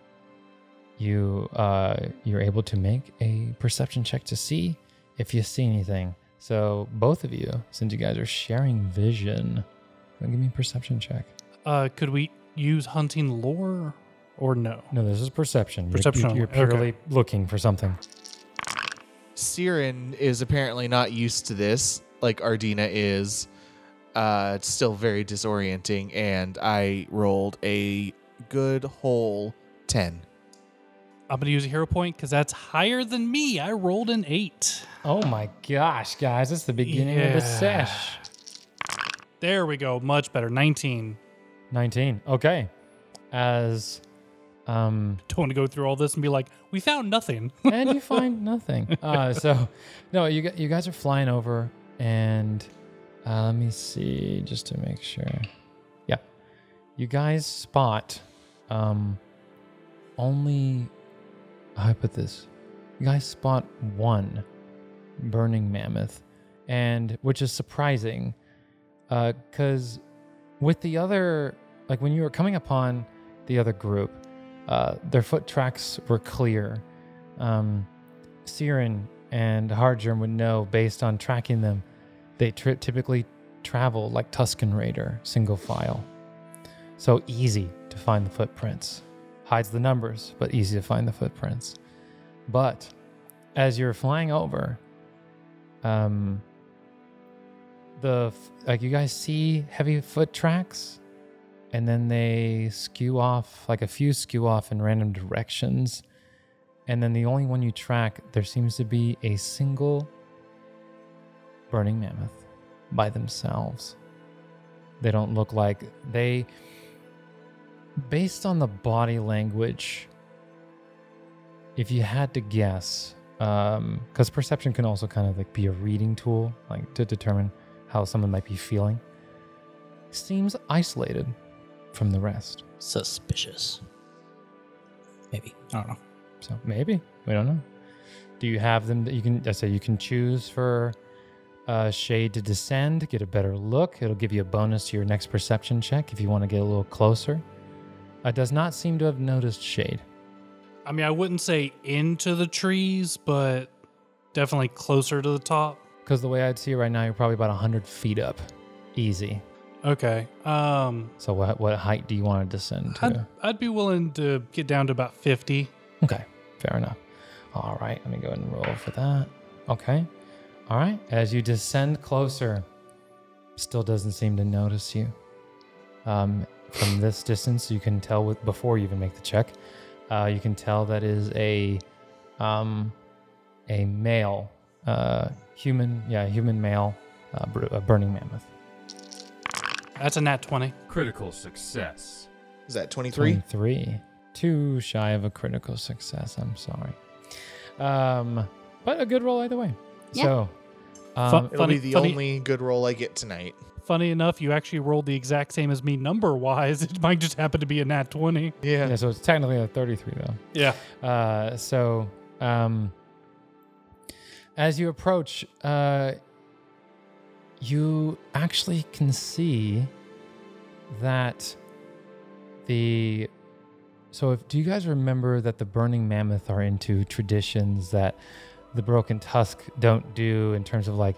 Speaker 1: you uh, you're able to make a perception check to see if you see anything. So both of you, since you guys are sharing vision, give me a perception check.
Speaker 3: Uh, could we use hunting lore or no?
Speaker 1: No, this is perception. You're-
Speaker 3: Perception
Speaker 1: You're,
Speaker 3: only, okay.
Speaker 1: purely looking for something.
Speaker 5: Siren is apparently not used to this, like Ardina is. Uh, it's still very disorienting, and I rolled a good whole 10.
Speaker 3: I'm going to use a hero point because that's higher than me. I rolled an eight.
Speaker 1: Oh my gosh, guys! It's the beginning of the
Speaker 3: Yeah.
Speaker 1: sesh.
Speaker 3: There we go. Much better. 19.
Speaker 1: 19. Okay. As um
Speaker 3: don't want to go through all this and be like, we found nothing.
Speaker 1: and you find nothing. Uh so no, you gu- you guys are flying over and uh, let me see just to make sure. Yeah. You guys spot um only how do I put this. You guys spot one burning mammoth and which is surprising uh cuz with the other like when you were coming upon the other group uh, their foot tracks were clear um, siren and hardgerm would know based on tracking them they tri- typically travel like tuscan raider single file so easy to find the footprints hides the numbers but easy to find the footprints but as you're flying over um, the f- like you guys see heavy foot tracks and then they skew off like a few skew off in random directions and then the only one you track there seems to be a single burning mammoth by themselves they don't look like they based on the body language if you had to guess because perception can also kind of like be a reading tool like to determine how someone might be feeling seems isolated from the rest
Speaker 2: Suspicious. Maybe. I don't know.
Speaker 1: so maybe we don't know do you have them that you can i say you can choose for uh, shade to descend get a better look it'll give you a bonus to your next perception check if you want to get a little closer uh, does not seem to have noticed shade
Speaker 3: I mean, I wouldn't say into the trees, but definitely closer to the top.
Speaker 1: because the way i'd see it right now you're probably about 100 feet up easy
Speaker 3: Okay. Um,
Speaker 1: so what, what height do you want to descend to
Speaker 3: I'd, I'd be willing to get down to about 50.
Speaker 1: Okay, fair enough. All right, let me go ahead and roll for that. Okay. All right, as you descend closer, still doesn't seem to notice you. Um, from this distance, you can tell with before you even make the check, uh, you can tell that is a um, a male uh, human, yeah, human male uh, bru- a burning mammoth.
Speaker 3: That's a nat 20.
Speaker 8: Critical success.
Speaker 5: Is that 23?
Speaker 1: Three. Too shy of a critical success. I'm sorry. Um, but a good roll either way.
Speaker 4: Yeah.
Speaker 1: So, Um,
Speaker 5: It'll
Speaker 3: funny,
Speaker 5: be the
Speaker 3: funny,
Speaker 5: only good roll I get tonight.
Speaker 3: funny enough, you actually rolled the exact same as me number wise. It might just happen to be a nat 20.
Speaker 5: Yeah.
Speaker 1: yeah, so it's technically a 33 though.
Speaker 3: Yeah.
Speaker 1: Uh, so, um, as you approach, uh, you actually can see that the. So, if do you guys remember that the Burning Mammoth are into traditions that the Broken Tusk don't do in terms of like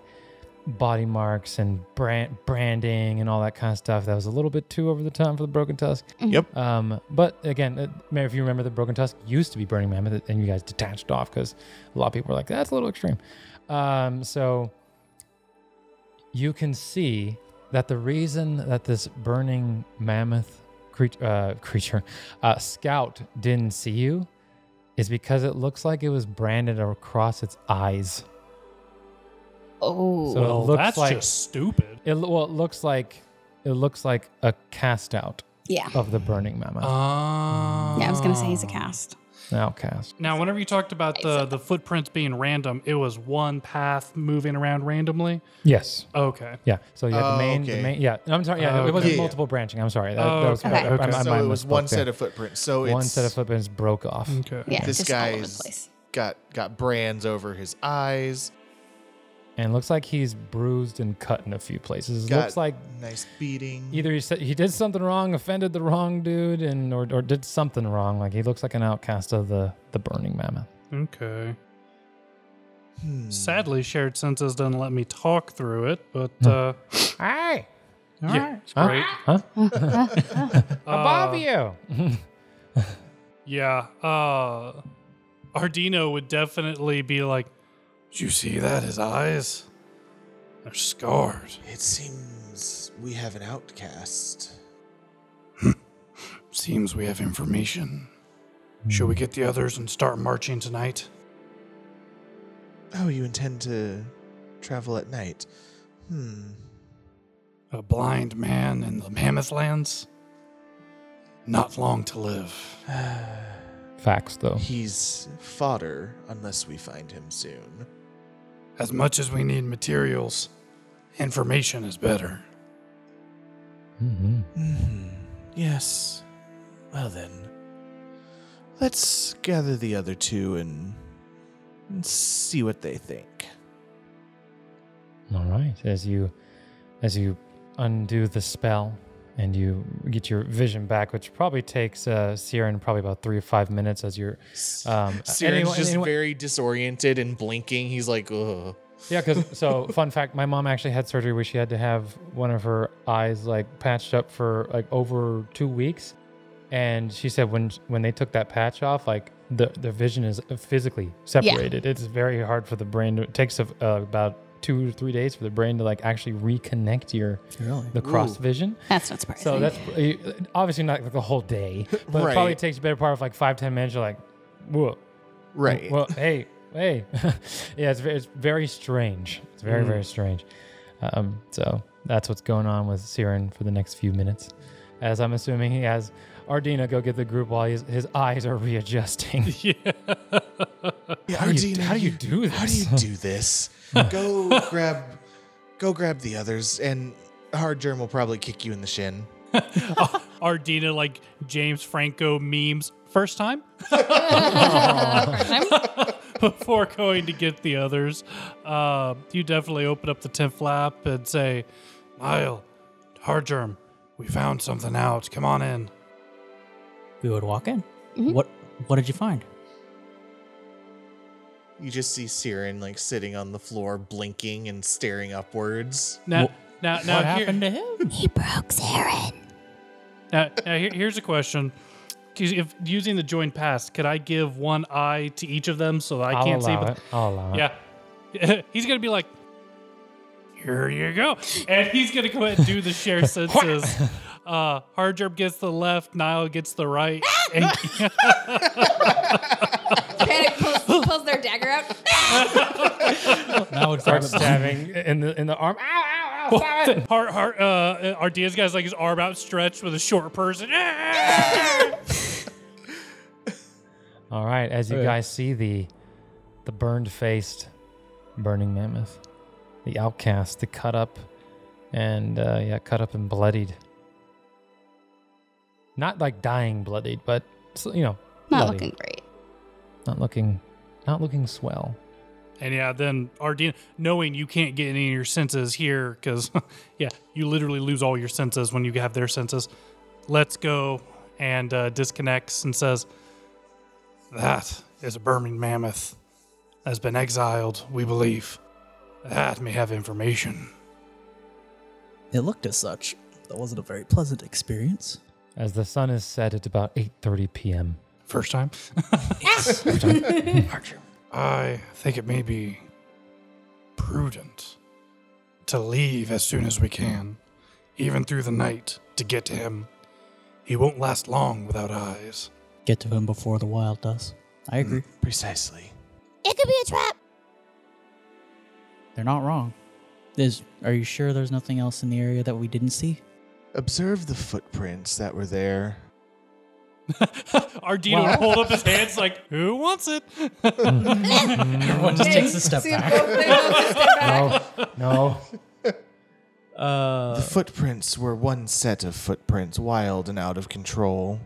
Speaker 1: body marks and brand branding and all that kind of stuff? That was a little bit too over the top for the Broken Tusk. Um, but again, uh, Mayor, if you remember, the Broken Tusk used to be Burning Mammoth, and you guys detached off because a lot of people were like, "That's a little extreme." Um, so you can see that the reason that this Burning Mammoth crea- uh, creature uh, scout didn't see you is because it looks like it was branded across its eyes.
Speaker 4: Oh.
Speaker 1: So it
Speaker 3: well,
Speaker 1: looks
Speaker 3: that's
Speaker 1: like
Speaker 3: just stupid.
Speaker 1: it. lo- Well, it looks like it looks like a cast out
Speaker 4: yeah.
Speaker 1: of the Burning Mammoth
Speaker 3: Oh.
Speaker 4: Yeah, I was gonna say he's a cast.
Speaker 1: outcast.
Speaker 3: Now, whenever you talked about the, the footprints being random, it was one path moving around randomly.
Speaker 1: Yes.
Speaker 3: Okay.
Speaker 1: Yeah. So you had
Speaker 5: Oh,
Speaker 1: the main,
Speaker 5: okay.
Speaker 1: the main. Yeah. I'm sorry. Yeah.
Speaker 3: Oh,
Speaker 1: It wasn't
Speaker 5: okay.
Speaker 1: multiple branching. I'm sorry. That,
Speaker 3: Oh,
Speaker 1: that was
Speaker 4: okay.
Speaker 1: that-
Speaker 3: Okay.
Speaker 1: my
Speaker 5: so
Speaker 1: mind
Speaker 5: it was one
Speaker 1: misspoke
Speaker 5: set
Speaker 1: there.
Speaker 5: of Mm-hmm. footprints. So
Speaker 1: one
Speaker 5: it's
Speaker 1: set of footprints broke off.
Speaker 3: Okay.
Speaker 4: Yeah,
Speaker 5: This
Speaker 4: just all over
Speaker 5: guy's-
Speaker 4: the place.
Speaker 5: got got brands over his eyes.
Speaker 1: And looks like he's bruised and cut in a few places.
Speaker 5: Got
Speaker 1: looks like
Speaker 5: nice beating.
Speaker 1: either he said he did something wrong, offended the wrong dude, and or, or did something wrong. Like he looks like an outcast of the the burning mammoth.
Speaker 3: Okay.
Speaker 5: Hmm.
Speaker 3: Sadly, shared senses doesn't let me talk through it, but uh,
Speaker 1: Hey,
Speaker 3: yeah, it's
Speaker 1: Huh?
Speaker 3: great.
Speaker 1: huh? Above you.
Speaker 3: Yeah. Uh Ardino would definitely be like,
Speaker 7: Did you see that? His eyes? They're scarred.
Speaker 5: It seems we have an outcast.
Speaker 7: Seems we have information. Should we get the others and start marching tonight?
Speaker 5: Oh, you intend to travel at night? Hmm.
Speaker 7: A blind man in the Mammoth Lands? Not long to live.
Speaker 1: Facts though.
Speaker 5: He's fodder unless we find him soon.
Speaker 7: As much as we need materials, information is better.
Speaker 1: Mm-hmm.
Speaker 5: Hmm. Yes. Well then, let's gather the other two and, and see what they think.
Speaker 1: Uh, All right. As you as you undo the spell and you get your vision back, which probably takes uh Siren probably about three or five minutes as you're um
Speaker 5: Siren's
Speaker 1: anyone-
Speaker 5: just
Speaker 1: anyone-
Speaker 5: very disoriented and blinking. He's like, ugh.
Speaker 1: Yeah, because so fun fact, my mom actually had surgery where she had to have one of her eyes like patched up for like over two weeks. And she said when when they took that patch off, like the the vision is physically separated. It's very hard for the brain. To, it takes uh, about two or three days for the brain to like actually reconnect your
Speaker 2: Really?
Speaker 1: the cross
Speaker 5: Ooh.
Speaker 1: vision.
Speaker 4: That's not surprising.
Speaker 1: So that's obviously not like the whole day, but it probably
Speaker 5: Right.
Speaker 1: takes a better part of like five ten minutes. You're like, whoa,
Speaker 5: Right.
Speaker 1: well, hey, hey, yeah, it's very, it's very strange. It's very very
Speaker 3: Mm.
Speaker 1: strange. Um, so that's what's going on with Siren for the next few minutes, as I'm assuming he has Ardina go get the group while his his eyes are readjusting.
Speaker 3: yeah.
Speaker 5: Yeah,
Speaker 1: How do you-
Speaker 5: Ardina,
Speaker 1: how do you do
Speaker 5: How do you
Speaker 1: this?
Speaker 5: do this? go grab, go grab the others, and Hard Germ will probably kick you in the shin.
Speaker 3: Ardina like James Franco memes first time before going to get the others. Uh, you definitely open up the tent flap and say,
Speaker 7: Lyle, Hard Germ, we found something out. Come on in.
Speaker 2: We would walk in. What What did you find?
Speaker 5: You just see Siren like sitting on the floor, blinking and staring upwards.
Speaker 3: now, now, now,
Speaker 2: what
Speaker 3: here-
Speaker 2: happened to him?
Speaker 4: he broke Saren.
Speaker 3: Now, now here, here's a question. 'Cause If using the joint pass, could I give one eye to each of them so that I
Speaker 1: I'll
Speaker 3: can't see?
Speaker 1: allow
Speaker 3: But
Speaker 1: it. I'll allow it.
Speaker 3: yeah, he's gonna be like, "Here you go," and he's gonna go ahead and do the share senses. Uh, Hardjerb gets the left, Nile gets the right, and
Speaker 4: Panic pulls, pulls their dagger out.
Speaker 2: Now it's
Speaker 1: Starts stabbing in the in the arm. Ow! Ow! Ow! Stop it!
Speaker 3: Har, Har, uh, our Diaz guy's like his arm outstretched with a short person. Ah!
Speaker 1: All right, as you
Speaker 2: Okay.
Speaker 1: guys see the the burned faced burning mammoth the outcast, the cut up, and uh, yeah, cut up and bloodied. Not like dying bloodied, but s- you know,
Speaker 4: Not
Speaker 1: bloody.
Speaker 4: looking great.
Speaker 1: not looking, not looking swell.
Speaker 3: And yeah, then Ardina, knowing you can't get any of your senses here, because yeah, you literally lose all your senses when you have their senses. Let's go and uh, disconnects and says,
Speaker 7: That is a Burmese mammoth that has been exiled, we believe. That may have information.
Speaker 2: It looked as such. That wasn't a very pleasant experience.
Speaker 1: As the sun is set at about 8:30 p.m.
Speaker 7: First time? I think it may be prudent to leave as soon as we can, even through the night, to get to him. He won't last long without eyes.
Speaker 2: Get to him before the wild does. I agree.
Speaker 5: Precisely.
Speaker 9: It could be a trap.
Speaker 2: They're not wrong. Is are you sure there's nothing else in the area that we didn't see?
Speaker 5: Observe the footprints that were there.
Speaker 3: Ardina would hold up his hands like, who wants it?
Speaker 2: Everyone just takes a step back.
Speaker 1: No, no. Uh.
Speaker 5: the footprints were one set of footprints, wild and out of control.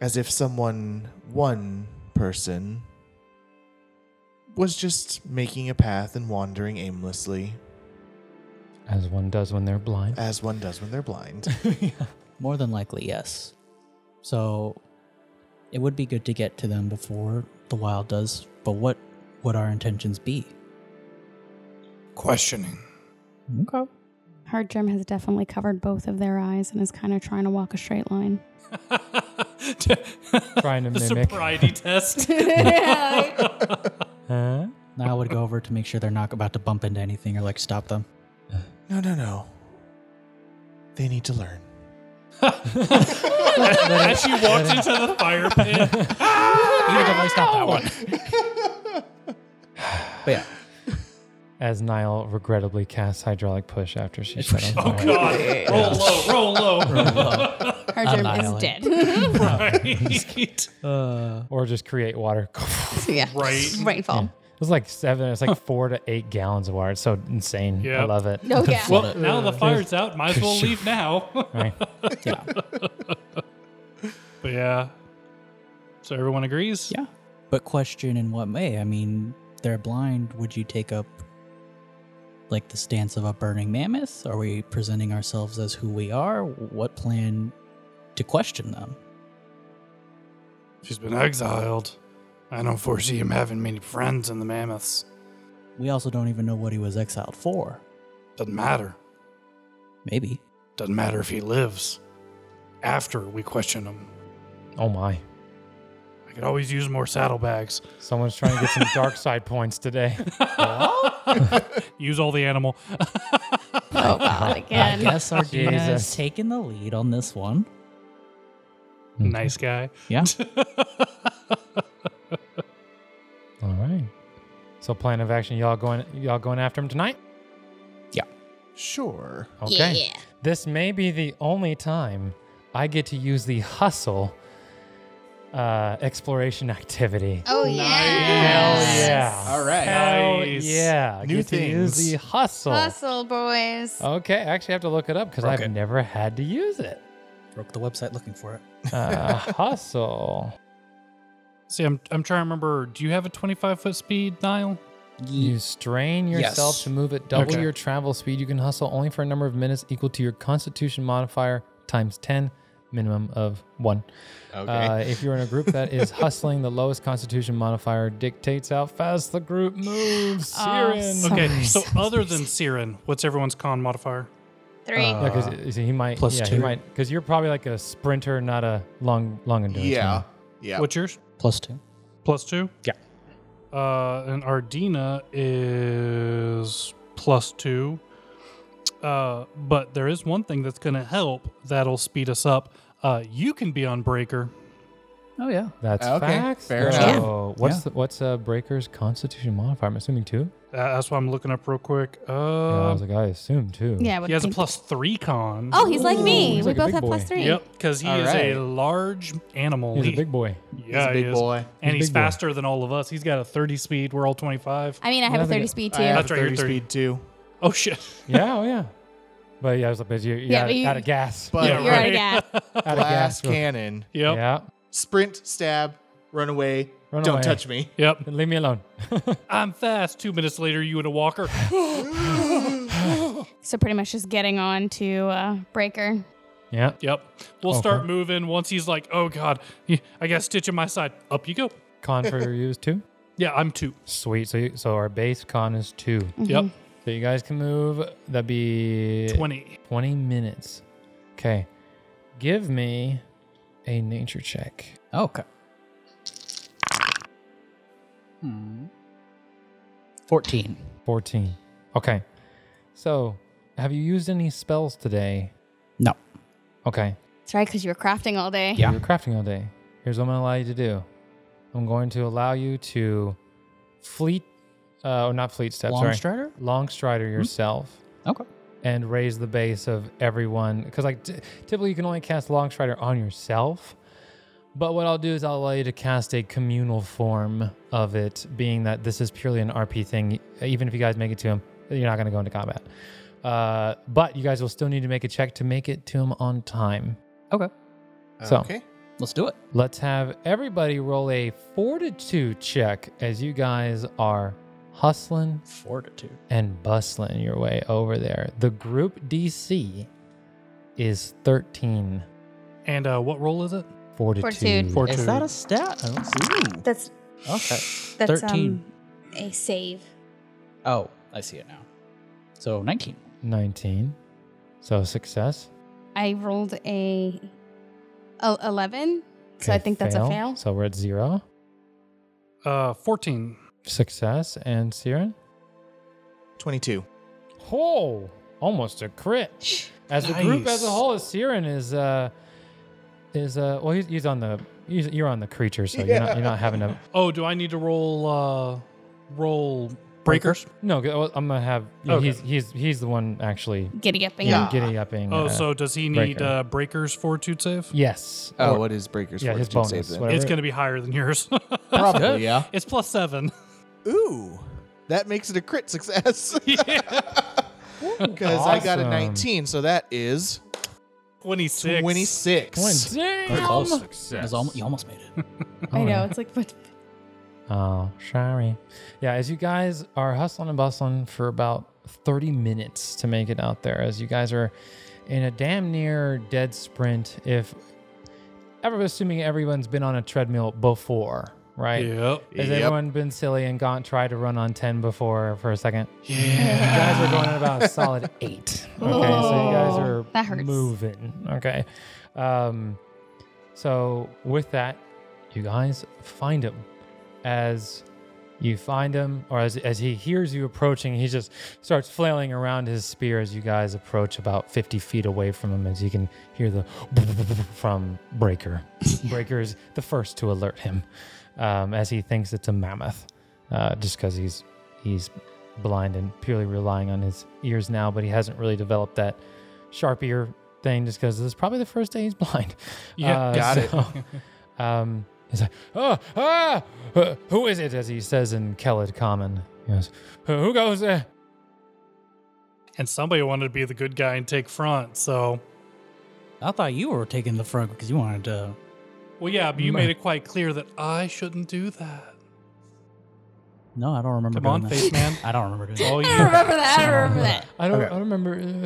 Speaker 5: As if someone, one person, was just making a path and wandering aimlessly,
Speaker 1: As one does when they're blind.
Speaker 5: as one does when they're blind.
Speaker 2: More than likely, yes. So it would be good to get to them before the wild does, but what would our intentions be?
Speaker 7: Questioning.
Speaker 2: Okay.
Speaker 4: Her germ has definitely covered both of their eyes and is kind of trying to walk a straight line.
Speaker 1: Trying to
Speaker 3: the
Speaker 1: mimic.
Speaker 3: sobriety test.
Speaker 1: Huh?
Speaker 2: Now I would go over to make sure they're not about to bump into anything or like stop them.
Speaker 5: no, no, no. They need to learn.
Speaker 3: As she walks into the fire pit,
Speaker 2: But yeah,
Speaker 1: As Niall regrettably casts hydraulic push after she shut on
Speaker 3: oh
Speaker 1: fire.
Speaker 3: god, roll low, roll low.
Speaker 4: Her germ is
Speaker 2: Annihilate.
Speaker 4: dead.
Speaker 3: right.
Speaker 2: uh,
Speaker 1: Or just create water.
Speaker 4: yeah.
Speaker 3: Right.
Speaker 4: Rainfall.
Speaker 1: It's like seven. It's like four to eight gallons of water. It's so insane. I
Speaker 3: Yep.
Speaker 1: love it.
Speaker 4: No, yeah.
Speaker 3: Well, now the fire's out, might as well leave now.
Speaker 1: Right.
Speaker 3: But yeah. So everyone agrees?
Speaker 2: yeah. But question in what way? I mean, they're blind. Would you take up like the stance of a burning mammoth? Are we presenting ourselves as who we are? What plan to question them?
Speaker 7: She's been exiled. I don't foresee him having many friends in the mammoths.
Speaker 2: We also don't even know what he was exiled for.
Speaker 7: Doesn't matter.
Speaker 2: Maybe.
Speaker 7: Doesn't matter if he lives. After we question him,
Speaker 1: Oh my.
Speaker 7: I could always use more saddlebags.
Speaker 1: Someone's trying to get some dark side points today.
Speaker 3: Use all the animal.
Speaker 4: Oh, God,
Speaker 2: I
Speaker 4: again.
Speaker 2: guess Ardina
Speaker 1: Jesus.
Speaker 2: is taking the lead on this one.
Speaker 3: nice guy.
Speaker 2: Yeah.
Speaker 1: All right. So plan of action. Y'all going? Y'all going after him tonight?
Speaker 5: Sure.
Speaker 1: Okay. This may be the only time I get to use the hustle uh, exploration activity.
Speaker 9: Oh yeah.
Speaker 4: Oh,
Speaker 1: Hell yeah!
Speaker 5: All right.
Speaker 1: Hell
Speaker 3: Nice.
Speaker 1: yeah!
Speaker 5: New
Speaker 1: get to use
Speaker 5: things.
Speaker 1: the hustle.
Speaker 9: Hustle boys.
Speaker 1: Okay, I actually have to look it up because I've never had to use it.
Speaker 2: Broke the website looking for it.
Speaker 1: Uh, hustle.
Speaker 3: See, I'm, I'm trying to remember. Do you have a 25 foot speed, Niall?
Speaker 1: You strain yourself
Speaker 2: Yes.
Speaker 1: to move at double
Speaker 3: Okay.
Speaker 1: your travel speed. You can hustle only for a number of minutes equal to your constitution modifier times 10, minimum of one. Uh, if you're in a group that is hustling, the lowest constitution modifier dictates how fast the group moves. Siren.
Speaker 3: Okay, so other than Siren, what's everyone's con modifier?
Speaker 9: Three.
Speaker 1: yeah, because he might.
Speaker 2: Uh, plus
Speaker 1: yeah, he
Speaker 2: two.
Speaker 1: might. Because you're probably like a sprinter, not a long, long endurance.
Speaker 5: yeah.
Speaker 1: runner.
Speaker 5: Yeah.
Speaker 3: What's yours?
Speaker 2: Plus two.
Speaker 3: Plus two?
Speaker 1: Yeah.
Speaker 3: Uh, and Ardina is plus two. Uh, but there is one thing that's going to help that'll speed us up. Uh, you can be on Breaker.
Speaker 2: Oh yeah.
Speaker 1: That's
Speaker 5: Okay,
Speaker 1: facts.
Speaker 5: fair
Speaker 1: though. What's
Speaker 2: Yeah.
Speaker 1: the, what's a breaker's constitution modifier? I'm assuming two.
Speaker 3: Uh, that's what I'm looking up real quick.
Speaker 1: Yeah,
Speaker 2: Um,
Speaker 1: I
Speaker 3: Uh,
Speaker 1: was like, I assume two.
Speaker 4: Yeah, I would
Speaker 3: he has a
Speaker 4: think-
Speaker 3: plus three con.
Speaker 9: Oh, he's like
Speaker 1: Ooh,
Speaker 9: me.
Speaker 1: he's
Speaker 9: we
Speaker 1: like a
Speaker 9: both
Speaker 1: big
Speaker 9: have plus
Speaker 1: boy.
Speaker 9: three.
Speaker 3: Yep, because he
Speaker 5: All
Speaker 3: is
Speaker 5: right.
Speaker 3: a large animal.
Speaker 1: He's a
Speaker 3: He-
Speaker 1: big boy.
Speaker 5: He's
Speaker 3: yeah,
Speaker 5: a
Speaker 3: he
Speaker 5: big
Speaker 3: is.
Speaker 5: boy.
Speaker 1: He's
Speaker 3: and
Speaker 1: a
Speaker 3: he's
Speaker 1: big boy.
Speaker 3: faster than all of us. He's got a 30 speed. We're all 25.
Speaker 9: I mean, I have
Speaker 1: Yeah,
Speaker 9: a
Speaker 1: I think
Speaker 9: 30
Speaker 1: it-
Speaker 9: speed
Speaker 5: I
Speaker 9: too.
Speaker 5: have
Speaker 3: That's right, you're
Speaker 5: 30
Speaker 3: 30.
Speaker 5: speed too.
Speaker 3: Oh shit!
Speaker 1: yeah, oh yeah. But yeah, I was like, but you, you
Speaker 4: Yeah,
Speaker 1: out,
Speaker 4: but you-
Speaker 1: out of gas.
Speaker 5: But
Speaker 3: Yeah,
Speaker 9: You're
Speaker 3: right.
Speaker 9: out of gas.
Speaker 1: out of
Speaker 5: glass
Speaker 1: gas. real-
Speaker 5: cannon.
Speaker 3: Yep.
Speaker 1: Yeah.
Speaker 5: Sprint, stab, run away.
Speaker 1: Run
Speaker 5: Don't
Speaker 1: away.
Speaker 5: touch me.
Speaker 3: Yep.
Speaker 1: Leave me alone.
Speaker 3: I'm fast. Two minutes later, you in a walker.
Speaker 4: So pretty much just getting on to uh, Breaker.
Speaker 1: yeah.
Speaker 3: Yep. We'll
Speaker 1: Okay.
Speaker 3: start moving once he's like, oh god, I got Stitch in my side. Up you go.
Speaker 1: Con for use two.
Speaker 3: Yeah, I'm two.
Speaker 1: Sweet. So you, so our base con is two.
Speaker 3: Yep.
Speaker 1: So you guys can move. That'd be
Speaker 3: 20.
Speaker 1: 20 minutes. Okay. Give me a nature check.
Speaker 2: Okay. Hmm. Fourteen.
Speaker 1: 14. Okay. So, have you used any spells today?
Speaker 2: No.
Speaker 1: Okay.
Speaker 4: That's right, because you were crafting all day.
Speaker 2: Yeah.
Speaker 1: You were crafting all day. Here's what I'm going to allow you to do I'm going to allow you to fleet, uh, or not fleet step,
Speaker 2: Long
Speaker 1: sorry.
Speaker 2: strider.
Speaker 1: long strider
Speaker 2: Hmm?
Speaker 1: yourself.
Speaker 2: Okay.
Speaker 1: and raise the base of everyone because like t- typically you can only cast long strider on yourself but what i'll do is i'll allow you to cast a communal form of it being that this is purely an rp thing e, even if you guys make it to him you're not going to go into combat uh, but you guys will still need to make a check to make it to him on time
Speaker 2: Okay.
Speaker 1: So.
Speaker 5: Okay.
Speaker 2: Let's do it.
Speaker 1: let's have everybody roll a fortitude check as you guys are hustling
Speaker 2: Fortitude.
Speaker 1: and bustling your way over there. The group DC is 13
Speaker 3: And uh, what roll is it?
Speaker 1: fortitude.
Speaker 9: Fortitude.
Speaker 2: Is that a stat? I don't see.
Speaker 9: That's
Speaker 2: Okay.
Speaker 9: that's
Speaker 2: 13.
Speaker 9: um a save.
Speaker 2: Oh, I see it now. So nineteen.
Speaker 1: 19. So success.
Speaker 4: I rolled a e, el- 11, so I
Speaker 1: Okay,
Speaker 4: think that's a fail.
Speaker 1: So we're at zero.
Speaker 3: Uh, 14.
Speaker 1: Success. And Siren?
Speaker 5: 22.
Speaker 1: Oh, almost a crit. As the group as a
Speaker 7: Nice.
Speaker 1: whole, as Siren is, uh, is, uh, well, he's, he's on the, he's, you're on the creature, so you're, not, you're not having a,
Speaker 3: Oh, do I need to roll uh, roll breakers?
Speaker 1: no, go- well, I'm going to have, yeah,
Speaker 3: Okay.
Speaker 1: he's, he's, he's the one actually
Speaker 4: Giddy upping.
Speaker 5: Yeah.
Speaker 1: giddy upping.
Speaker 3: Oh,
Speaker 1: uh,
Speaker 3: so does he need
Speaker 1: breaker.
Speaker 3: uh, breakers fortitude save?
Speaker 1: yes.
Speaker 5: Oh,
Speaker 1: Or-
Speaker 5: what is Breaker's
Speaker 1: yeah, his
Speaker 5: fortitude save
Speaker 1: bonus,
Speaker 5: then?
Speaker 1: whatever.
Speaker 3: It's going to be higher than yours.
Speaker 2: Oh,
Speaker 5: Probably, yeah.
Speaker 3: it's plus seven.
Speaker 5: Ooh, that makes it a crit success. Because I got a
Speaker 1: Awesome.
Speaker 5: 19, so that is
Speaker 3: 26.
Speaker 5: 26.
Speaker 1: Damn.
Speaker 2: close. It
Speaker 8: Success.
Speaker 2: was almo- you almost made it.
Speaker 4: I know, it's like, but
Speaker 1: Oh, sorry. Yeah, as you guys are hustling and bustling for about 30 minutes to make it out there, as you guys are in a damn near dead sprint, if ever assuming everyone's been on a treadmill before, right?
Speaker 3: Yep.
Speaker 1: Has
Speaker 5: Yep.
Speaker 1: everyone been silly and gone tried to run on 10 before for a second?
Speaker 7: Yeah.
Speaker 1: You guys are going at about a solid eight. Okay, so you guys
Speaker 4: Oh,
Speaker 1: are
Speaker 4: that hurts.
Speaker 1: moving. Okay, um, so with that, you guys find him. As you find him, or as as he hears you approaching, he just starts flailing around his spear as you guys approach about fifty feet away from him. As you can hear the from Breaker. Breaker is the first to alert him, um, as he thinks it's a mammoth, uh, just because he's he's blind and purely relying on his ears now, but he hasn't really developed that sharp ear thing just because this is probably the first day he's blind. Uh,
Speaker 3: Yeah,
Speaker 5: uh, got it.
Speaker 1: it. um, he's like, oh, ah, uh, who is it? As he says in Kellid Common. He goes, "Uh, "Who- who goes there?
Speaker 3: And somebody wanted to be the good guy and take front. So,
Speaker 2: I thought you were taking the front because you wanted to.
Speaker 3: well, yeah, but you
Speaker 1: Mm.
Speaker 3: made it quite clear that I shouldn't do that.
Speaker 2: No, I don't remember.
Speaker 3: Come on,
Speaker 2: doing that.
Speaker 3: face man.
Speaker 2: I don't remember
Speaker 3: It's
Speaker 2: doing
Speaker 3: all
Speaker 9: I don't
Speaker 3: you.
Speaker 9: remember that. I don't remember that.
Speaker 1: I don't,
Speaker 2: Okay.
Speaker 1: I don't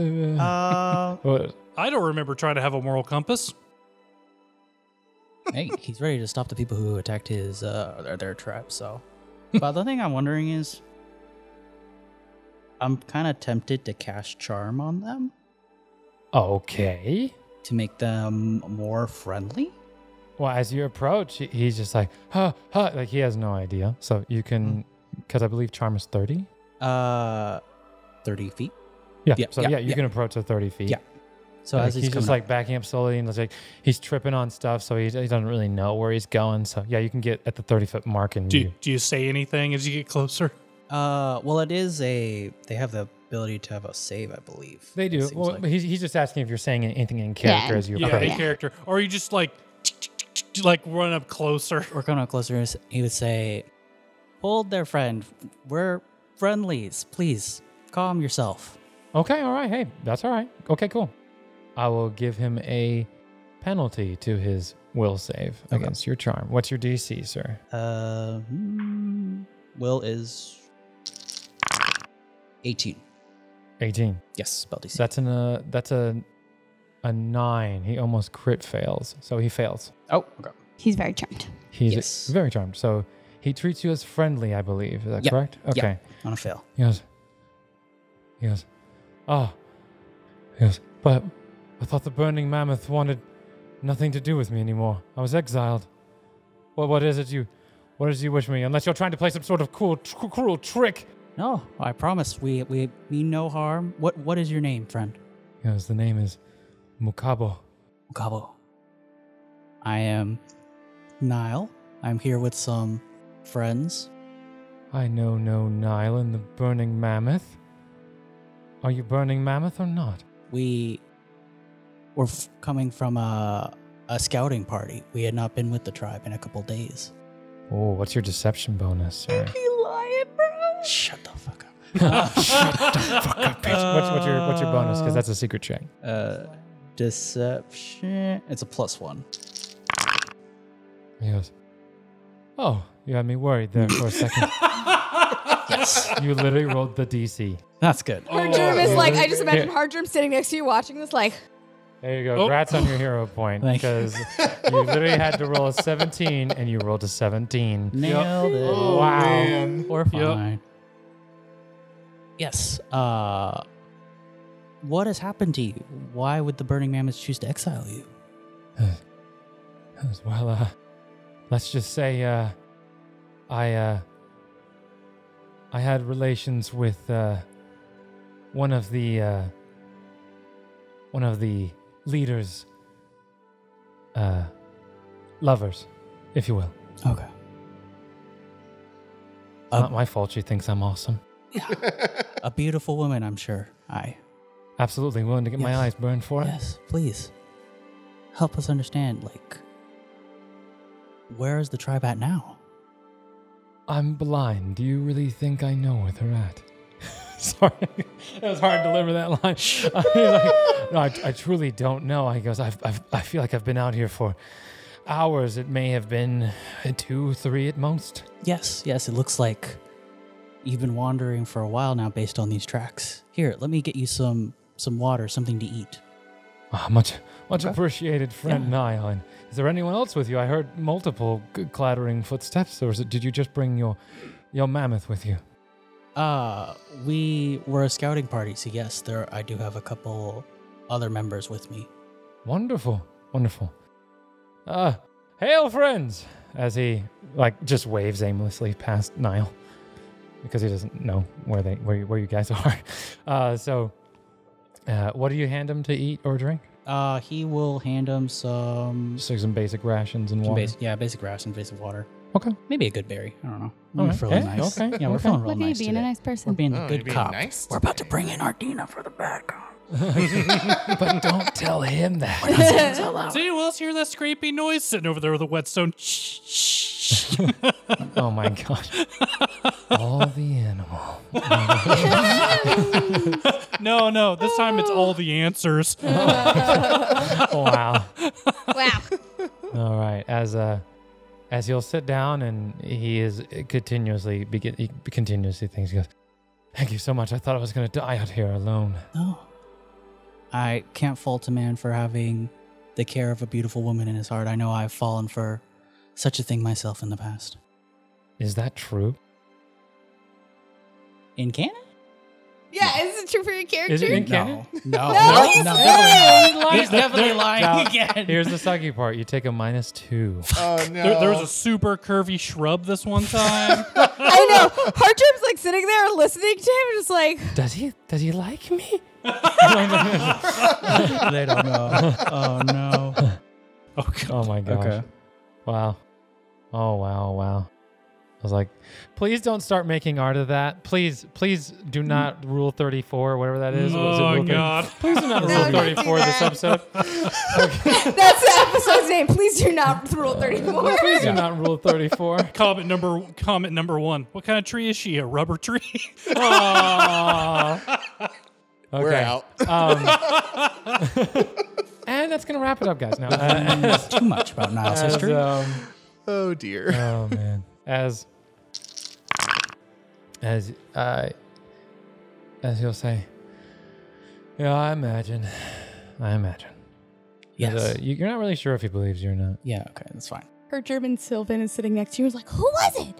Speaker 1: remember. Uh,
Speaker 5: Uh,
Speaker 1: what-
Speaker 3: I don't remember trying to have a moral compass.
Speaker 2: that. hey, he's ready to stop the people who attacked his uh their, their tribe. So, but the thing I'm wondering is, I'm kind of tempted to cast charm on them
Speaker 1: okay.
Speaker 2: to make them more friendly.
Speaker 1: Well, as you approach, he- he's just like, huh, huh. Like he has no idea. So you can, because I believe Charm is 30.
Speaker 2: Uh, thirty feet.
Speaker 1: Yeah.
Speaker 2: Yeah,
Speaker 1: so yeah,
Speaker 2: yeah,
Speaker 1: you
Speaker 2: yeah.
Speaker 1: can approach to 30 feet.
Speaker 2: Yeah. So
Speaker 1: Like,
Speaker 2: as he's,
Speaker 1: he's just
Speaker 2: coming
Speaker 1: like backing up slowly, and it's like he's tripping on stuff, so he, he doesn't really know where he's going. So yeah, you can get at the thirty foot mark, and
Speaker 3: Do
Speaker 1: you,
Speaker 3: you, do you say anything as you get closer?
Speaker 2: up- uh, well, it is a they have the ability to have a save, I believe.
Speaker 1: they
Speaker 2: it
Speaker 1: do.
Speaker 2: seems
Speaker 1: Well,
Speaker 2: like.
Speaker 1: he's, he's just asking if you're saying anything in character
Speaker 4: Yeah.
Speaker 1: as you
Speaker 3: Yeah,
Speaker 1: approach.
Speaker 3: in character, or you just like like run up closer.
Speaker 2: we're coming up closer. and s- He would say, "Hold there, friend. We're friendlies. Please calm yourself."
Speaker 1: Okay, all right. Hey, that's all right. Okay, cool. I will give him a penalty to his will save
Speaker 2: Okay.
Speaker 1: against your charm. What's your DC, sir?
Speaker 2: Uh, hmm, Will is eighteen.
Speaker 1: Eighteen.
Speaker 2: Yes, spell DC.
Speaker 1: That's an uh, that's a a nine. He almost crit fails, so he fails.
Speaker 2: oh, okay.
Speaker 4: He's very charmed.
Speaker 1: He's
Speaker 2: Yes.
Speaker 1: very charmed. So he treats you as friendly, I believe. Is that
Speaker 2: Yeah.
Speaker 1: correct?
Speaker 2: Yeah.
Speaker 1: Okay.
Speaker 2: on a fail.
Speaker 1: He goes, he goes, ah, he goes, but I thought the burning mammoth wanted nothing to do with me anymore. I was exiled. What, what is it you, what is it you wish me? Unless you're trying to play some sort of cool, tr- cruel trick.
Speaker 2: No, I promise. We we mean no harm. What what is your name, friend?
Speaker 1: He goes, the name is Mukabo.
Speaker 2: Cabo. I am Nile. I'm here with some friends.
Speaker 1: I know no Nile and the burning mammoth. Are you burning mammoth or not?
Speaker 2: We were f- coming from a a scouting party. We had not been with the tribe in a couple days.
Speaker 1: Oh, what's your deception bonus? Sir?
Speaker 4: You lying, bro.
Speaker 2: Shut the fuck up.
Speaker 1: what's, what's your what's your bonus? Because that's a secret check.
Speaker 2: Uh, deception. It's a plus one.
Speaker 1: He goes, Oh, you had me worried there for a second.
Speaker 2: Yes,
Speaker 1: you literally rolled the DC.
Speaker 2: that's good.
Speaker 4: Hardgerm is like, I just imagine
Speaker 1: Yeah.
Speaker 4: Hardgerm sitting next to you watching this, like,
Speaker 1: There you go. Grats on your hero point
Speaker 2: Oh. Thank you.
Speaker 1: because you literally had to roll a 17 and you rolled a 17.
Speaker 2: Nailed it.
Speaker 5: Oh,
Speaker 1: Wow.
Speaker 5: man.
Speaker 2: Or
Speaker 3: Yep.
Speaker 2: fine. Yes. Uh, what has happened to you? Why would the Burning Mammoths choose to exile you?
Speaker 1: As well, uh, let's just say uh, I uh, I had relations with uh, one of the uh, one of the leaders, uh, lovers, if you will.
Speaker 2: Okay.
Speaker 1: It's not my fault she thinks I'm awesome.
Speaker 2: A beautiful woman, I'm sure. I.
Speaker 1: Absolutely willing to get my
Speaker 2: Yes.
Speaker 1: eyes burned for it.
Speaker 2: Yes, please. Help us understand, like, where is the tribe at now?
Speaker 1: I'm blind. Do you really think I know where they're at? Sorry, it was hard to deliver that line. I, like, no, I, I truly don't know. I goes, I've, I've, I feel like I've been out here for hours. It may have been two, three at most.
Speaker 2: Yes, yes, it looks like you've been wandering for a while now based on these tracks. Here, let me get you some some water, something to eat.
Speaker 1: Ah, much, much appreciated, friend Nile. And is there anyone else with you? I heard multiple g- clattering footsteps, or is it, did you just bring your, your mammoth with you?
Speaker 2: Uh, we were a scouting party, so yes, there I do have a couple other members with me.
Speaker 1: Wonderful, wonderful. Uh, hail, friends! As he like just waves aimlessly past Nile because he doesn't know where they where you, where you guys are. Uh, so, uh, what do you hand him to eat or drink?
Speaker 2: Uh, he will hand him some,
Speaker 1: Just like some basic rations and
Speaker 2: some
Speaker 1: water.
Speaker 2: basic, yeah, basic rations, basic water,
Speaker 1: Okay.
Speaker 2: maybe a good berry. I don't know.
Speaker 1: All
Speaker 2: We're
Speaker 1: right.
Speaker 2: feeling
Speaker 1: Hey,
Speaker 2: nice.
Speaker 1: okay,
Speaker 2: Yeah, we're
Speaker 1: okay.
Speaker 2: feeling real
Speaker 4: look at you
Speaker 2: nice.
Speaker 4: being
Speaker 2: today.
Speaker 4: a nice
Speaker 2: We're
Speaker 4: person.
Speaker 2: being
Speaker 5: Oh,
Speaker 2: a
Speaker 5: you're
Speaker 2: good
Speaker 5: being
Speaker 2: cop.
Speaker 5: nice
Speaker 2: we're about to
Speaker 5: today.
Speaker 2: bring in Ardina for the bad cop.
Speaker 1: but don't tell him that.
Speaker 3: Does anyone else hear that scrapy noise sitting over there with a whetstone?
Speaker 1: Oh my god! All the animal.
Speaker 3: no, no. This time it's all the answers.
Speaker 1: Wow.
Speaker 9: Wow.
Speaker 1: All right, as uh, as he'll sit down and he is continuously begin he continuously thinks he goes, "Thank you so much. I thought I was gonna die out here alone."
Speaker 2: No, I can't fault a man for having the care of a beautiful woman in his heart. I know I've fallen for such a thing myself in the past.
Speaker 1: Is that true?
Speaker 2: In Canada.
Speaker 4: yeah, is it true for your character?
Speaker 1: Is it in canon?
Speaker 2: No,
Speaker 4: No, he's lying.
Speaker 2: He's definitely lying
Speaker 1: Now,
Speaker 2: again.
Speaker 1: Here's the sucky part. You take a minus two.
Speaker 5: Oh no.
Speaker 3: There, there was a super curvy shrub this one time.
Speaker 4: I know. Hardgerm's like sitting there listening to him, just like,
Speaker 1: Does he? Does he like me? Oh
Speaker 2: they don't know. Oh no.
Speaker 3: Oh, God.
Speaker 1: Oh my gosh.
Speaker 2: Okay.
Speaker 1: Wow. Oh wow, wow. I was like, please don't start making art of that. Please, please do not rule 34, whatever that is. What is it,
Speaker 3: Mm. Oh,
Speaker 1: Rule 30?
Speaker 3: God.
Speaker 1: Please do not
Speaker 9: No,
Speaker 1: rule
Speaker 9: don't do
Speaker 1: 34 this
Speaker 9: that.
Speaker 1: episode.
Speaker 9: That's the episode's name. Please do not rule 34.
Speaker 1: Please do not rule 34.
Speaker 3: Comment number comment number one. What kind of tree is she? A rubber tree?
Speaker 5: We're
Speaker 1: Okay. Um,
Speaker 5: out.
Speaker 1: And that's going to wrap it up, guys. Now,
Speaker 2: That's too much about Niles
Speaker 1: as,
Speaker 2: history.
Speaker 1: um,
Speaker 5: oh dear.
Speaker 1: oh man as as uh as he'll say yeah i imagine i imagine
Speaker 2: yes.
Speaker 1: Uh, you- you're not really sure if he believes you or not
Speaker 2: yeah. Okay. That's fine.
Speaker 4: Her German Sylvan is sitting next to you. and is like, who was it?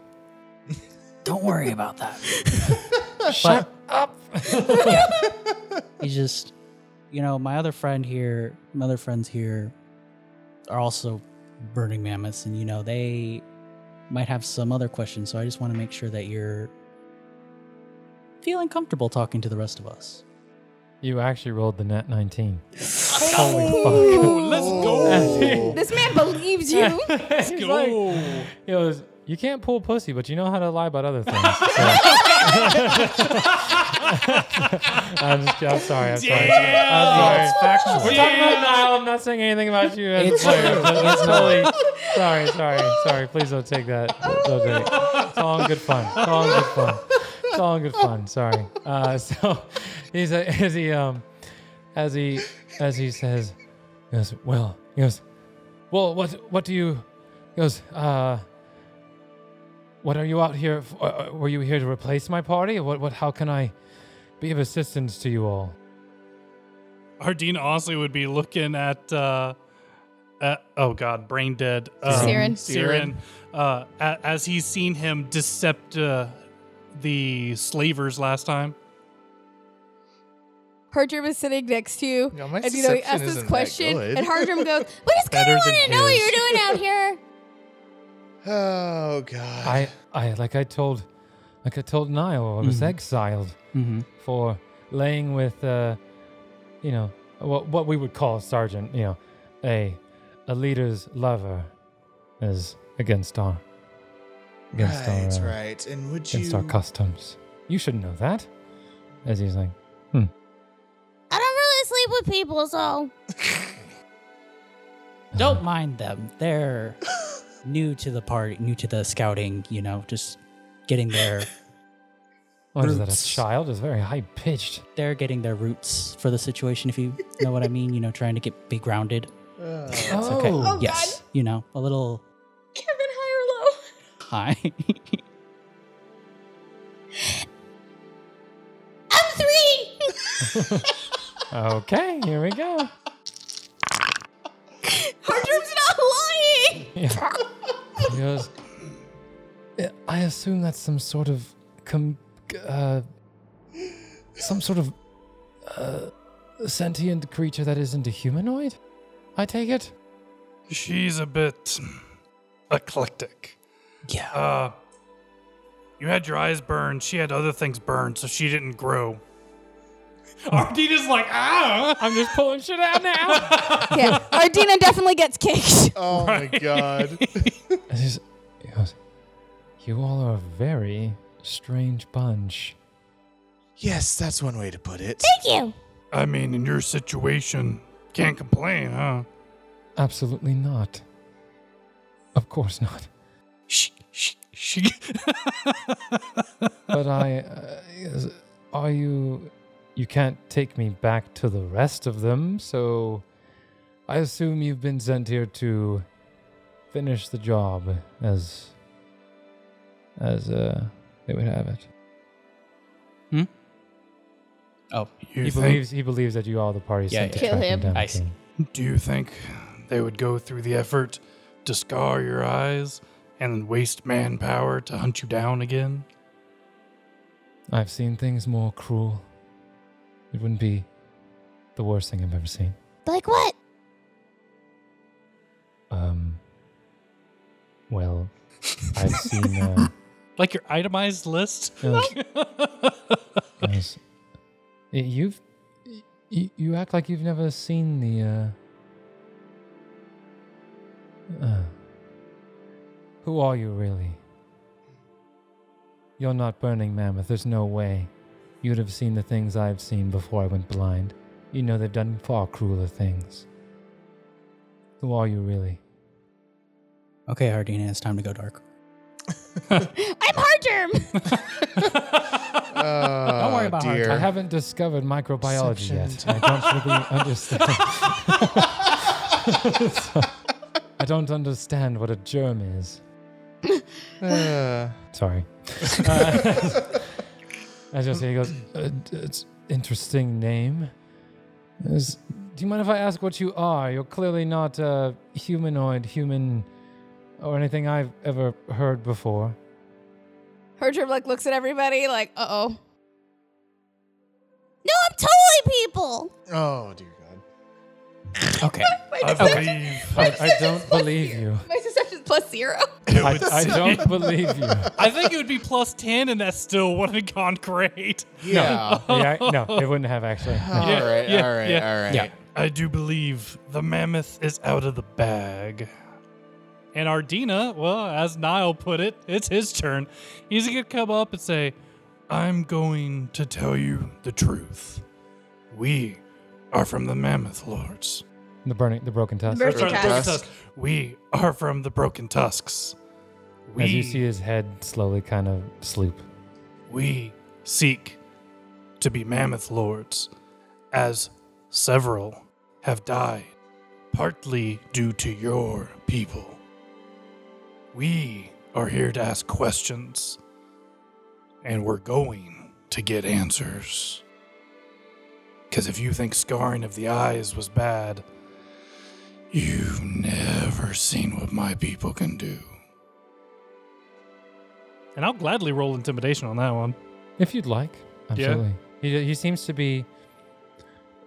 Speaker 2: Don't worry about that.
Speaker 1: shut up
Speaker 2: He's just, you know, my other friend here, my other friends here are also burning mammoths, and, you know, they might have some other questions. So I just want to make sure that you're feeling comfortable talking to the rest of us.
Speaker 1: you actually rolled the net 19
Speaker 3: Let's
Speaker 5: go.
Speaker 9: This man believes you.
Speaker 1: He's like- he goes, you can't pull pussy but you know how to lie about other things So- I'm, just, I'm sorry. I'm sorry. I'm sorry. We're talking about Nile. I'm not saying anything about you as
Speaker 2: It's
Speaker 1: a player.
Speaker 2: true.
Speaker 1: That's- that's totally. Sorry, sorry, sorry. Please don't take that. Don't take it. It's all in good fun. It's all in good fun. It's all in good fun. Sorry. Uh, so he's a, as he um as he as he says he goes well he goes well what what do you he goes uh what are you out here for? Uh, were you here to replace my party what what how can I be of assistance to you all
Speaker 3: Hardina honestly would be looking at uh, at oh god, brain dead. Um,
Speaker 4: Siren.
Speaker 3: Siren. Uh, a- as he's seen him decept uh, the slavers last time.
Speaker 9: Hardrum is sitting next to you.
Speaker 5: No, my
Speaker 9: and you know, he
Speaker 5: deception
Speaker 9: asks
Speaker 5: isn't
Speaker 9: this
Speaker 5: that
Speaker 9: question,
Speaker 5: good.
Speaker 9: and Hardrum goes, We just kind
Speaker 7: Better
Speaker 9: of
Speaker 7: than
Speaker 9: want to know what
Speaker 7: his.
Speaker 9: you're doing out here.
Speaker 5: Oh god.
Speaker 1: I, I like I told, like I told Niall, I was exiled
Speaker 2: Mm-hmm.
Speaker 1: for laying with, uh, you know, what what we would call sergeant, you know, a a leader's lover, is against our against
Speaker 5: right,
Speaker 1: our uh,
Speaker 5: right. And would you
Speaker 1: against our customs. You should know that. As he's like,
Speaker 9: I don't really sleep with people, so.
Speaker 2: Don't mind them. They're new to the party, new to the scouting, you know, just getting their
Speaker 1: what Oh, is that? A
Speaker 2: Roots.
Speaker 1: child is very high pitched.
Speaker 2: they're getting their roots for the situation if you know what I mean, you know, trying to get be grounded.
Speaker 5: Uh,
Speaker 2: It's okay.
Speaker 1: Oh. Oh,
Speaker 2: yes. You know, a little
Speaker 9: Kevin, high or low?
Speaker 2: high.
Speaker 9: I'm three.
Speaker 1: Okay, here we go.
Speaker 9: Hardrum's not lying.
Speaker 1: Yeah. he goes, "I- I assume that's some sort of com- uh, some sort of uh, sentient creature that isn't a humanoid. I take it.
Speaker 7: She's a bit eclectic.
Speaker 2: yeah.
Speaker 7: Uh,
Speaker 3: You had your eyes burned. She had other things burned, so she didn't grow. Ardina's like, ah!
Speaker 1: I'm just pulling shit out now.
Speaker 9: yeah, Ardina definitely gets kicked.
Speaker 5: oh my god.
Speaker 1: And he's- he goes, you all are a very strange bunch.
Speaker 5: yes, that's one way to put it.
Speaker 9: Thank you.
Speaker 7: I mean, in your situation, can't complain, huh?
Speaker 1: Absolutely not. Of course not.
Speaker 3: Shh, shh, shh.
Speaker 1: but I, uh, is- are you? You can't take me back to the rest of them, so I assume you've been sent here to finish the job as as uh, they would have it.
Speaker 2: Oh.
Speaker 7: You
Speaker 1: he believes he believes that you all the parties
Speaker 2: Yeah,
Speaker 1: sent to
Speaker 2: yeah.
Speaker 9: Kill
Speaker 1: track
Speaker 9: him.
Speaker 1: down
Speaker 2: I
Speaker 1: the
Speaker 2: see.
Speaker 1: king.
Speaker 7: Do you think they would go through the effort to scar your eyes and waste manpower to hunt you down again?
Speaker 1: I've seen things more cruel. It wouldn't be the worst thing I've ever seen.
Speaker 9: Like what?
Speaker 1: Um. Well, I've seen. Uh,
Speaker 3: like your itemized list?
Speaker 1: Yes. Yes. Y- You've You, you act like you've never seen the. Uh, uh, who are you really? You're not Burning Mammoth. There's no way. You'd have seen the things I've seen before I went blind. You know they've done far crueler things. Who are you really?
Speaker 2: Okay, Hardina, it's time to go dark.
Speaker 4: I'm Hardgerm.
Speaker 5: Uh,
Speaker 2: Don't worry about her.
Speaker 5: dear.
Speaker 1: I haven't discovered microbiology yet. I don't really understand. I don't understand what a germ is.
Speaker 5: Uh,
Speaker 1: Sorry. Uh, I just he goes. Uh, d- it's interesting name. Is- do you mind if I ask what you are? You're clearly not uh, humanoid, human, or anything I've ever heard before.
Speaker 4: Hardgerm like looks at everybody like, uh oh. No, I'm totally people.
Speaker 5: oh dear God.
Speaker 2: Okay.
Speaker 7: I believe.
Speaker 1: I, I don't believe you.
Speaker 4: My deception's plus zero.
Speaker 1: I, I don't believe you.
Speaker 3: I think it would be plus 10, and that still wouldn't have gone great.
Speaker 5: Yeah.
Speaker 1: Yeah, I- no, it wouldn't have actually.
Speaker 5: all right.
Speaker 3: yeah,
Speaker 5: all right.
Speaker 3: yeah,
Speaker 5: all right.
Speaker 2: yeah.
Speaker 7: I do believe the mammoth is out of the bag.
Speaker 3: And Ardina, well, as Niall put it, it's his turn. He's going to come up and say,
Speaker 7: I'm going to tell you the truth. We are from the Mammoth Lords.
Speaker 1: The burning, the broken tusk.
Speaker 4: Broken
Speaker 7: Sorry, the
Speaker 4: Tusk.
Speaker 7: Broken Tusk. We are from the Broken Tusks. We,
Speaker 1: As you see his head slowly kind of sloop.
Speaker 7: we seek to be Mammoth Lords, as several have died, partly due to your people. We are here to ask questions, and we're going to get answers. Because if you think scarring of the eyes was bad, you've never seen what my people can do.
Speaker 3: and I'll gladly roll intimidation on that one.
Speaker 1: If you'd like,
Speaker 3: Yeah.
Speaker 1: absolutely. He, he seems to be,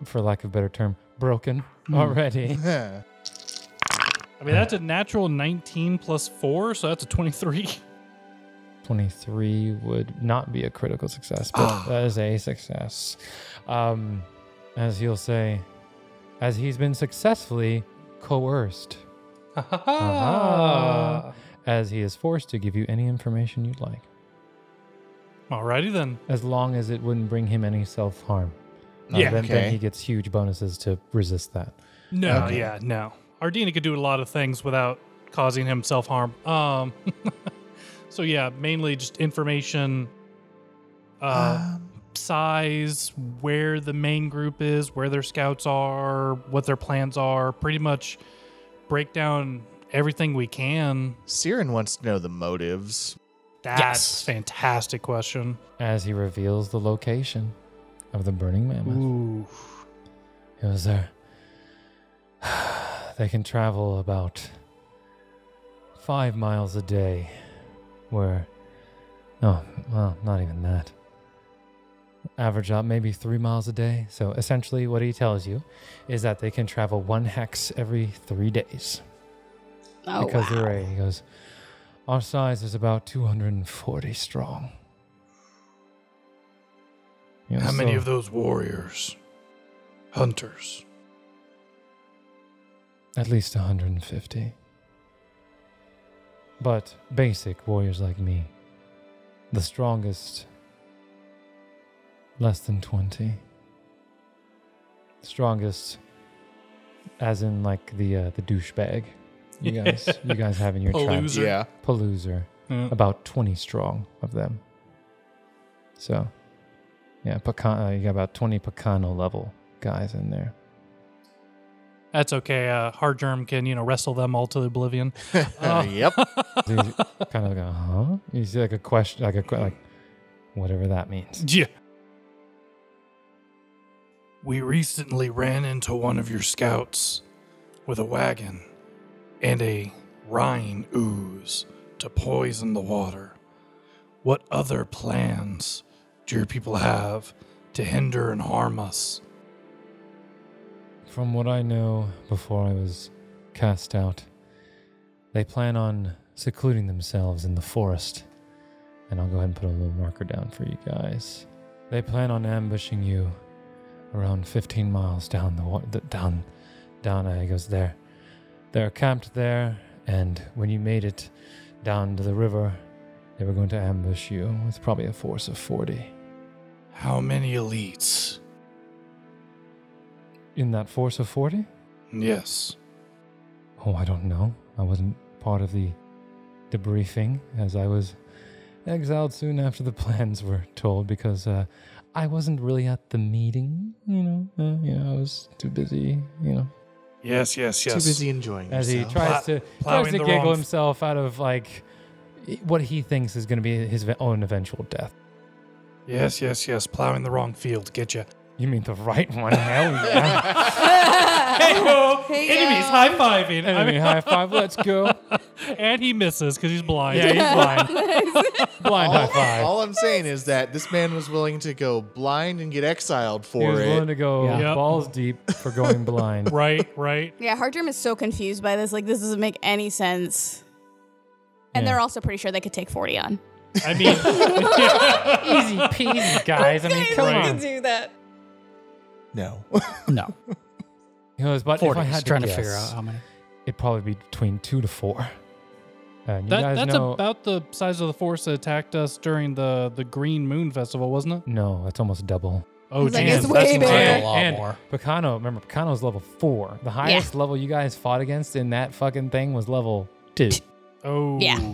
Speaker 1: for lack of a better term, broken
Speaker 7: Hmm.
Speaker 1: already.
Speaker 5: Huh.
Speaker 3: I mean, that's a natural 19 plus 4, so that's a 23.
Speaker 1: 23 would not be a critical success, but
Speaker 7: Ah.
Speaker 1: that is a success. Um, as he'll say, as he's been successfully coerced,
Speaker 3: Ha ha
Speaker 1: Ah.
Speaker 3: ha.
Speaker 1: as he is forced to give you any information you'd like,
Speaker 3: Alrighty then.
Speaker 1: as long as it wouldn't bring him any self harm.
Speaker 3: Yeah.
Speaker 1: then, then
Speaker 5: Okay.
Speaker 1: he gets huge bonuses to resist that.
Speaker 3: No,
Speaker 5: Okay.
Speaker 3: yeah, no. Ardina could do a lot of things without causing him self harm. Um, so yeah, mainly just information, uh, size, where the main group is, where their scouts are, what their plans are. Pretty much break down everything we can.
Speaker 5: Siren wants to know the motives.
Speaker 3: That's fantastic question.
Speaker 1: as he reveals the location of the burning mammoth.
Speaker 3: Ooh,
Speaker 1: It was there. They can travel about five miles a day, where, oh, well, not even that. Average out maybe three miles a day. So essentially, what he tells you is that they can travel one hex every three days
Speaker 4: Oh,
Speaker 1: because
Speaker 4: wow.
Speaker 1: they're a. He goes, our size is about 240 strong. You know,
Speaker 7: How many
Speaker 1: so-
Speaker 7: of those warriors, hunters?
Speaker 1: At least 150. But basic warriors like me, the strongest, less than 20. Strongest, as in like the uh, the douchebag. You guys, you guys have in your tribe.
Speaker 3: Palooza. Loser.
Speaker 5: Yeah.
Speaker 1: Palooza. About 20 strong of them. So, yeah, Pecan, uh, you got about 20 Pecano level guys in there.
Speaker 3: that's okay. Uh, Hard germ can you know wrestle them all to oblivion.
Speaker 5: Uh, yep.
Speaker 1: He's kind of like, a, huh? You see, like a question, like a que- like whatever that means.
Speaker 3: Yeah.
Speaker 7: We recently ran into one of your scouts with a wagon and a Rhine ooze to poison the water. What other plans do your people have to hinder and harm us?
Speaker 1: From what I know, before I was cast out, they plan on secluding themselves in the forest. And I'll go ahead and put a little marker down for you guys. They plan on ambushing you around 15 miles down the, wa- the down down uh, he goes there they're camped there and when you made it down to the river they were going to ambush you with probably a force of 40
Speaker 7: How many elites?
Speaker 1: in that force of 40
Speaker 7: Yes.
Speaker 1: oh i don't know i wasn't part of the debriefing as i was exiled soon after the plans were told because uh, i wasn't really at the meeting you know uh, you know i was too busy you know
Speaker 7: Yes, yes,
Speaker 5: Too
Speaker 7: yes.
Speaker 5: busy enjoying
Speaker 1: as he
Speaker 5: yourself.
Speaker 1: tries to
Speaker 7: plowing
Speaker 1: tries to
Speaker 7: the
Speaker 1: giggle
Speaker 7: wrong-
Speaker 1: himself out of like what he thinks is going to be his ve- own eventual death.
Speaker 7: Yes, yes, yes. Plowing the wrong field. Get you.
Speaker 1: You mean the right one? Hell yeah!
Speaker 3: Hey-ho,
Speaker 9: Hey,
Speaker 3: enemies
Speaker 9: yo.
Speaker 3: high fiving.
Speaker 1: I mean, high five. Let's go.
Speaker 3: and he misses because he's blind.
Speaker 1: Yeah, he's blind. blind high
Speaker 5: all,
Speaker 1: five.
Speaker 5: all I'm saying is that this man was willing to go blind and get exiled
Speaker 1: he was
Speaker 5: for
Speaker 1: willing
Speaker 5: it.
Speaker 1: to go
Speaker 2: Yeah.
Speaker 3: Yep.
Speaker 1: balls deep for going blind.
Speaker 3: right, right.
Speaker 4: Yeah, Hardrim is so confused by this. Like, this doesn't make any sense. And
Speaker 1: Yeah.
Speaker 4: they're also pretty sure they could take 40 on.
Speaker 3: I mean,
Speaker 1: Easy peasy, guys. I mean,
Speaker 9: Guys,
Speaker 1: come
Speaker 9: we
Speaker 3: Right.
Speaker 9: can
Speaker 1: on.
Speaker 9: do that.
Speaker 5: No.
Speaker 2: No,
Speaker 1: He goes, but if
Speaker 2: forty.
Speaker 1: I
Speaker 2: Just
Speaker 1: had
Speaker 2: trying
Speaker 1: to,
Speaker 2: to,
Speaker 1: guess,
Speaker 2: figure out how many.
Speaker 1: it'd probably be between two to four. And you
Speaker 3: that,
Speaker 1: guys
Speaker 3: that's
Speaker 1: know,
Speaker 3: about the size of the force that attacked us during the, the Green Moon Festival, wasn't it?
Speaker 1: no, that's almost double.
Speaker 3: Oh,
Speaker 9: It's like,
Speaker 3: damn.
Speaker 9: it's way bigger.
Speaker 3: that's
Speaker 1: and,
Speaker 2: a lot
Speaker 1: and
Speaker 2: more.
Speaker 1: Picano, remember, Picano's level four. The highest level you guys fought against in that fucking thing was level two.
Speaker 3: Oh.
Speaker 4: Yeah.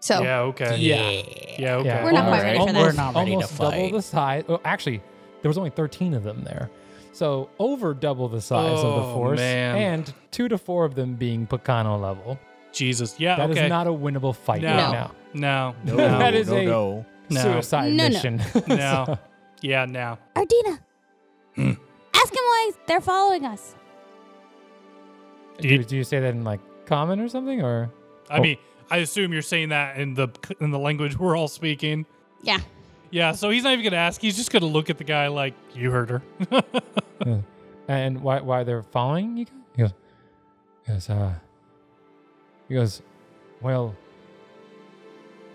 Speaker 4: So,
Speaker 3: Yeah, okay. Yeah, okay.
Speaker 1: Yeah.
Speaker 4: We're not quite
Speaker 1: Alright.
Speaker 4: ready for that.
Speaker 2: We're not ready to
Speaker 1: Almost double
Speaker 2: fight.
Speaker 1: the size. Oh, actually, there was only 13 of them there. So over double the size of the
Speaker 3: Oh,
Speaker 1: force
Speaker 3: man.
Speaker 1: and two to four of them being Picano level.
Speaker 3: Jesus. Yeah,
Speaker 1: That is
Speaker 3: okay.
Speaker 1: not a winnable fight
Speaker 3: No.
Speaker 1: right now.
Speaker 3: no. No.
Speaker 1: That is a
Speaker 5: no.
Speaker 3: No.
Speaker 1: suicide
Speaker 4: No, no.
Speaker 1: mission.
Speaker 3: No. Yeah, no.
Speaker 10: Ardina.
Speaker 1: Hmm.
Speaker 10: Ask him why they're following us.
Speaker 1: do, you, do you say that in like common or something? Or
Speaker 3: I
Speaker 1: Oh.
Speaker 3: mean, I assume you're saying that in the in the language we're all speaking.
Speaker 4: yeah.
Speaker 3: Yeah, so he's not even gonna ask. He's just gonna look at the guy like you heard her.
Speaker 1: and why why they're following you? guys? He goes, he goes, uh, he goes, well,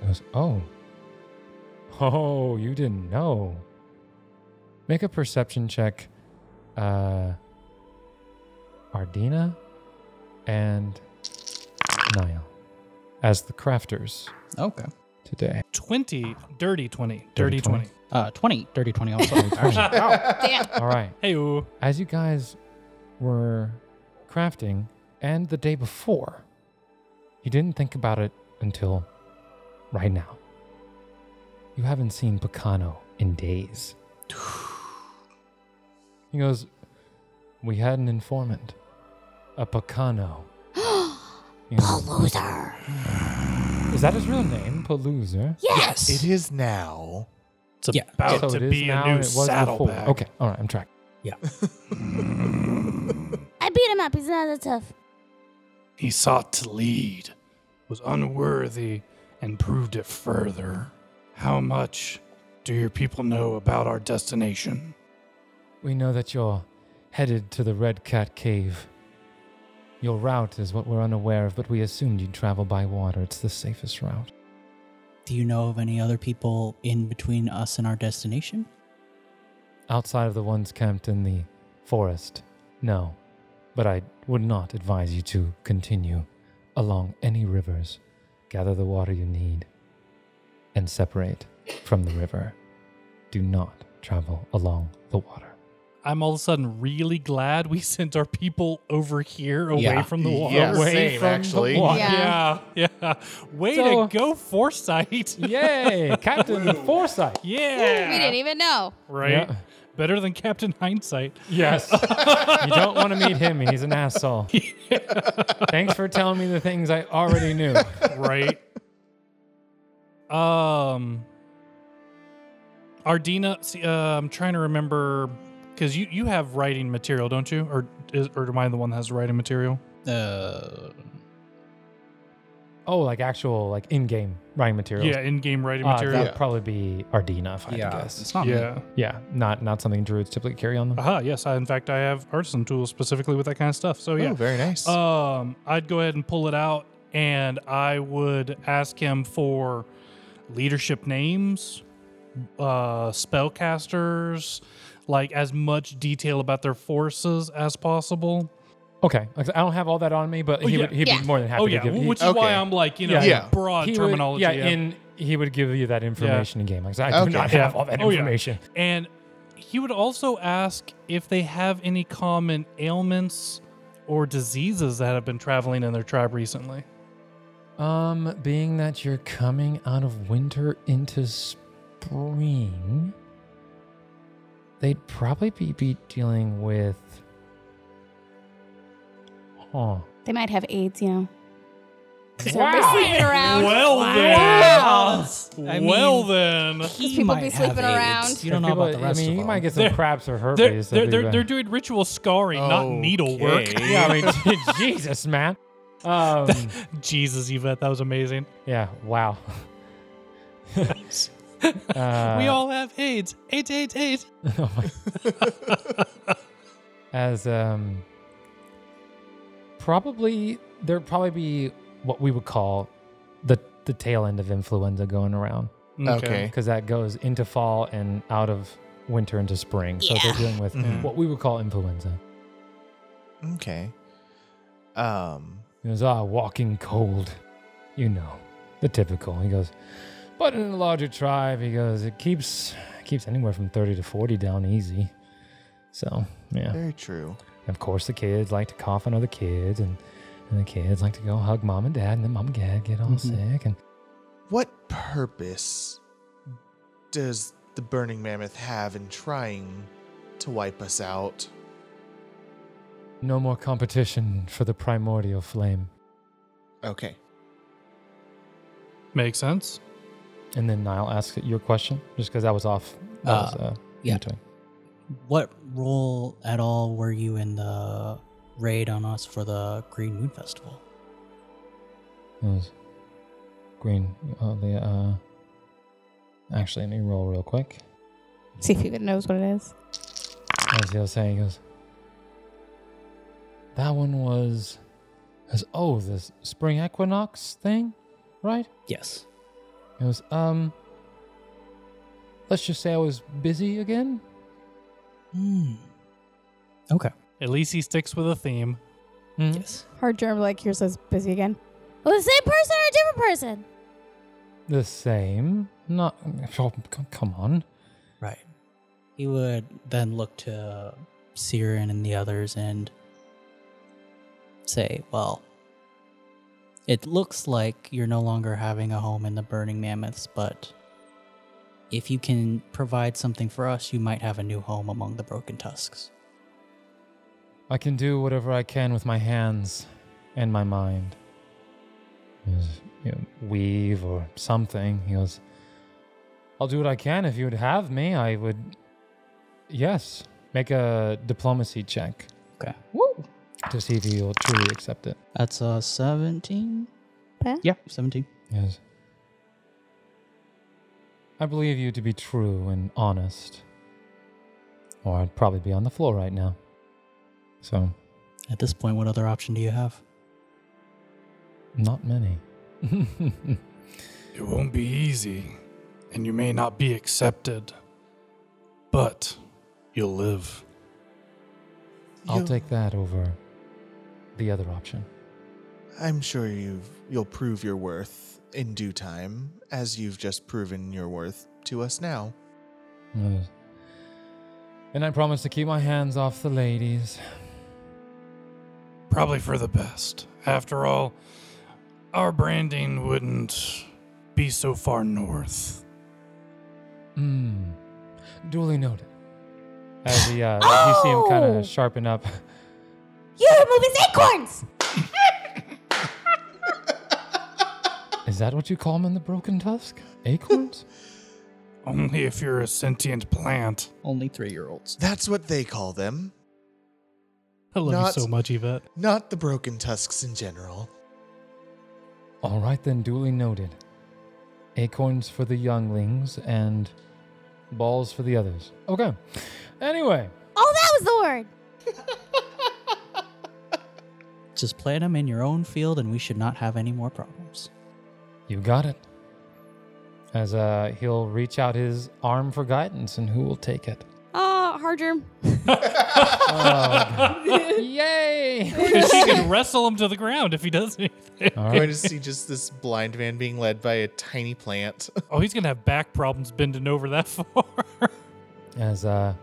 Speaker 1: he goes, oh, oh, you didn't know. Make a perception check, uh, Ardina and Niall as the crafters
Speaker 2: Okay.
Speaker 1: today.
Speaker 3: Twenty, dirty twenty,
Speaker 1: Dirty
Speaker 3: dirty twenty.
Speaker 2: Uh, 20, dirty 20 also. Actually,
Speaker 4: Damn.
Speaker 1: All right.
Speaker 3: Hey, ooh.
Speaker 1: as you guys were crafting and the day before, you didn't think about it until right now. You haven't seen Picano in days. He goes, We had an informant, a Picano. He goes,
Speaker 10: Loser.
Speaker 1: Is that his real name? Palooza.
Speaker 10: Yes.
Speaker 5: It is now.
Speaker 7: It's
Speaker 2: Yeah.
Speaker 7: about
Speaker 1: So
Speaker 7: to
Speaker 1: it is
Speaker 7: be a
Speaker 1: now
Speaker 7: new
Speaker 1: and it was before.
Speaker 7: saddlebag.
Speaker 1: Okay, all right, I'm tracking.
Speaker 10: I beat him up. He's not that tough.
Speaker 7: He sought to lead, was unworthy, and proved it further. How much do your people know about our destination?
Speaker 1: We know that you're headed to the Red Cat Cave. Your route is what we're unaware of, but we assumed you'd travel by water. It's the safest route.
Speaker 2: do you know of any other people in between us and our destination?
Speaker 1: Outside of the ones camped in the forest, no. But I would not advise you to continue along any rivers. Gather the water you need and separate from the river. Do not travel along the water.
Speaker 3: I'm all of a sudden really glad we sent our people over here away
Speaker 2: Yeah.
Speaker 3: from the water.
Speaker 5: Yeah,
Speaker 3: away
Speaker 5: same,
Speaker 3: from
Speaker 5: actually.
Speaker 3: The water. Yeah.
Speaker 4: Yeah.
Speaker 3: yeah, Way
Speaker 1: So-
Speaker 3: to go, foresight.
Speaker 1: Yay! Captain Foresight!
Speaker 3: yeah.
Speaker 4: We didn't e- even know.
Speaker 3: Right.
Speaker 1: Yeah.
Speaker 3: Better than Captain Hindsight.
Speaker 1: Yes. you don't want to meet him. He's an asshole. Thanks for telling me the things I already knew.
Speaker 3: right? Um, Ardina, see, uh, I'm trying to remember because you you have writing material, don't you? Or is, or am I the one that has writing material?
Speaker 2: Uh,
Speaker 1: Oh, like actual like in-game writing materials.
Speaker 3: Yeah, in-game writing
Speaker 1: Uh,
Speaker 3: material.
Speaker 1: That'd probably be Ardina if I had to
Speaker 2: yeah,
Speaker 1: guess.
Speaker 2: it's not me.
Speaker 3: Yeah.
Speaker 1: Yeah, not not something druids typically carry on them.
Speaker 3: Aha. yes. I, in fact, I have artisan tools specifically with that kind of stuff. So yeah.
Speaker 5: Oh, very nice.
Speaker 1: Uh,
Speaker 3: Um, I'd go ahead and pull it out, and I would ask him for leadership names, uh, spellcasters, like as much detail about their forces as possible.
Speaker 1: Okay, I don't have all that on me, but
Speaker 3: Uh-huh. Oh,
Speaker 1: he
Speaker 3: yeah.
Speaker 1: would he'd
Speaker 3: Yeah.
Speaker 1: be more than happy
Speaker 3: Oh,
Speaker 1: to
Speaker 3: yeah,
Speaker 1: give. he- Uh,
Speaker 3: which is why Okay. I'm like, you know, broad
Speaker 1: He would-
Speaker 3: terminology,
Speaker 1: yeah,
Speaker 3: yeah.
Speaker 1: and he would give you that information in game. Like, I do
Speaker 3: Okay.
Speaker 1: not have all that
Speaker 3: Yeah. Oh, yeah.
Speaker 1: information.
Speaker 3: And he would also ask if they have any common ailments or diseases that have been traveling in their tribe recently.
Speaker 1: Um, being that you're coming out of winter into spring, they'd probably be, be dealing with. Huh.
Speaker 4: They might have AIDS, you know. Because
Speaker 10: Wow.
Speaker 4: they're sleeping around.
Speaker 10: Well
Speaker 3: then.
Speaker 4: Wow.
Speaker 3: I Well, then.
Speaker 4: These people be sleeping around.
Speaker 2: You don't know
Speaker 1: People-
Speaker 2: about the rest
Speaker 1: I mean,
Speaker 2: of
Speaker 1: you
Speaker 2: them.
Speaker 1: might get some
Speaker 3: They're-
Speaker 1: crabs or
Speaker 3: They're,
Speaker 1: herpes.
Speaker 3: they're,
Speaker 1: that'd be
Speaker 3: they're,
Speaker 1: bad.
Speaker 3: they're doing ritual scarring, not needlework.
Speaker 1: Okay. Yeah, I mean, Jesus, man. Um,
Speaker 3: Jesus, Yvette, that was amazing.
Speaker 1: yeah, wow.
Speaker 3: we
Speaker 1: Uh,
Speaker 3: all have AIDS. AIDS, AIDS, AIDS.
Speaker 1: as um probably there'd probably be what we would call the the tail end of influenza going around
Speaker 5: Okay.
Speaker 1: because that goes into fall and out of winter into spring so they're dealing with
Speaker 5: Mhm.
Speaker 1: what we would call influenza
Speaker 5: Okay. Um.
Speaker 1: it was ah walking cold you know the typical he goes but in a larger tribe he goes it keeps keeps anywhere from 30 to 40 down easy so yeah
Speaker 5: Very true.
Speaker 1: And of course, the kids like to cough on other kids, and, and the kids like to go hug mom and dad, and then mom and dad get all
Speaker 2: Mm-hmm.
Speaker 1: sick. And
Speaker 5: What purpose does the Burning Mammoth have in trying to wipe us out?
Speaker 1: no more competition for the primordial flame.
Speaker 5: Okay.
Speaker 3: Makes sense.
Speaker 1: And then Niall asks your question, just because that was off. That
Speaker 2: Uh,
Speaker 1: was, uh,
Speaker 2: yeah.
Speaker 1: in between.
Speaker 2: What role at all were you in the raid on us for the Green Moon Festival?
Speaker 1: It was green. Uh, the, uh, actually, let me roll real quick.
Speaker 4: See if he even knows what it is.
Speaker 1: As he was saying, he goes, That one was. As, oh, this spring equinox thing, right?
Speaker 2: Yes.
Speaker 1: It was, um, let's just say I was busy again.
Speaker 2: Hmm. Okay.
Speaker 3: At least he sticks with a theme.
Speaker 2: Yes.
Speaker 4: Her germ like yours is busy again. Oh,
Speaker 10: Was the same person or a different person?
Speaker 1: The same. Not, oh, c- come on.
Speaker 2: Right. He would then look to Siren and the others and say, Well, it looks like you're no longer having a home in the Burning Mammoths, but if you can provide something for us, you might have a new home among the Broken Tusks.
Speaker 1: I can do whatever I can with my hands and my mind. He goes, you know, weave or something. He goes, I'll do what I can. If you would have me, I would, yes, make a diplomacy check
Speaker 2: Okay.
Speaker 1: to see if you'll truly accept it.
Speaker 2: That's uh 17?
Speaker 4: Pat?
Speaker 2: Yeah, 17.
Speaker 1: Yes. I believe you to be true and honest. Or I'd probably be on the floor right now. So,
Speaker 2: At this point, what other option do you have?
Speaker 1: not many.
Speaker 7: It won't be easy, and you may not be accepted, but you'll live.
Speaker 1: I'll
Speaker 5: You'll-
Speaker 1: take that over the other option.
Speaker 5: I'm sure you've you'll prove your worth in due time, as you've just proven your worth to us now.
Speaker 1: Yes. And I promise to keep my hands off the ladies.
Speaker 7: Probably for the best. After all, our branding wouldn't be so far north.
Speaker 1: Mm. Duly noted. As he, uh, you see him kind
Speaker 10: Oh!
Speaker 1: of sharpen up.
Speaker 10: You're moving acorns!
Speaker 1: Is that what you call them in the Broken Tusk? Acorns?
Speaker 7: Only if you're a sentient plant.
Speaker 2: Only three year olds.
Speaker 5: That's what they call them,
Speaker 3: I love
Speaker 5: Not-
Speaker 3: you so much, Yvette.
Speaker 5: not the broken tusks in general.
Speaker 1: All right, then, duly noted. Acorns for the younglings and balls for the others. Okay. Anyway,
Speaker 10: Oh, that was the word.
Speaker 2: Just plant them in your own field, and we should not have any more problems.
Speaker 1: you got it. As uh, he'll reach out his arm for guidance, and who will take it?
Speaker 10: Uh,
Speaker 4: charger.
Speaker 1: Oh, Yay!
Speaker 3: Because she can wrestle him to the ground if he does anything.
Speaker 1: All
Speaker 5: I'm going
Speaker 1: right.
Speaker 5: to see just this blind man being led by a tiny plant.
Speaker 3: Oh, he's gonna have back problems bending over that far.
Speaker 1: As uh,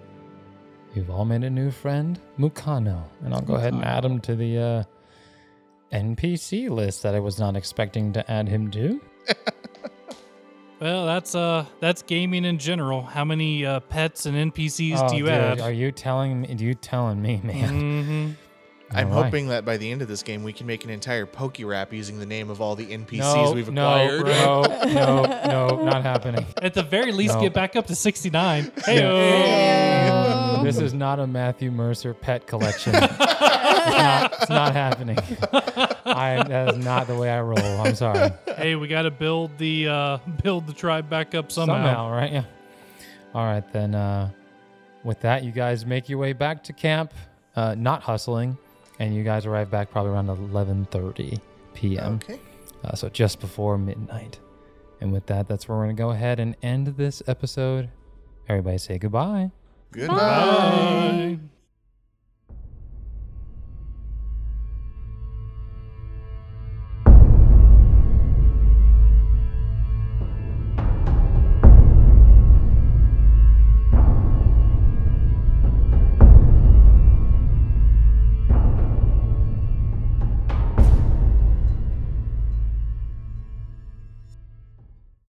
Speaker 1: you've all made a new friend, Mukano, and I'll go ahead and add him to the uh, NPC list that I was not expecting to add him to.
Speaker 3: well, that's uh, that's gaming in general. How many uh, pets and NPCs
Speaker 1: Oh,
Speaker 3: do you
Speaker 1: dude,
Speaker 3: add?
Speaker 1: Are you telling me? You telling me, man?
Speaker 3: Mhm.
Speaker 5: I'm
Speaker 1: All right.
Speaker 5: hoping that by the end of this game, we can make an entire Poke Rap using the name of all the NPCs
Speaker 1: No,
Speaker 5: we've
Speaker 1: no,
Speaker 5: acquired.
Speaker 1: no, no, no, not happening.
Speaker 3: At the very least,
Speaker 1: No.
Speaker 3: get back up to sixty-nine. Hey,
Speaker 1: This is not a Matthew Mercer pet collection. it's, not, it's not happening. I, that is not the way I roll. I'm sorry.
Speaker 3: hey, we gotta build the uh, build the tribe back up somehow.
Speaker 1: right? Yeah. All right, then. Uh, with that, you guys make your way back to camp, uh, not hustling, and you guys arrive back probably around 11:30 p.m.
Speaker 5: Okay.
Speaker 1: Uh, so just before midnight. And with that, that's where we're gonna go ahead and end this episode. Everybody, say goodbye.
Speaker 5: Goodbye.
Speaker 3: Bye.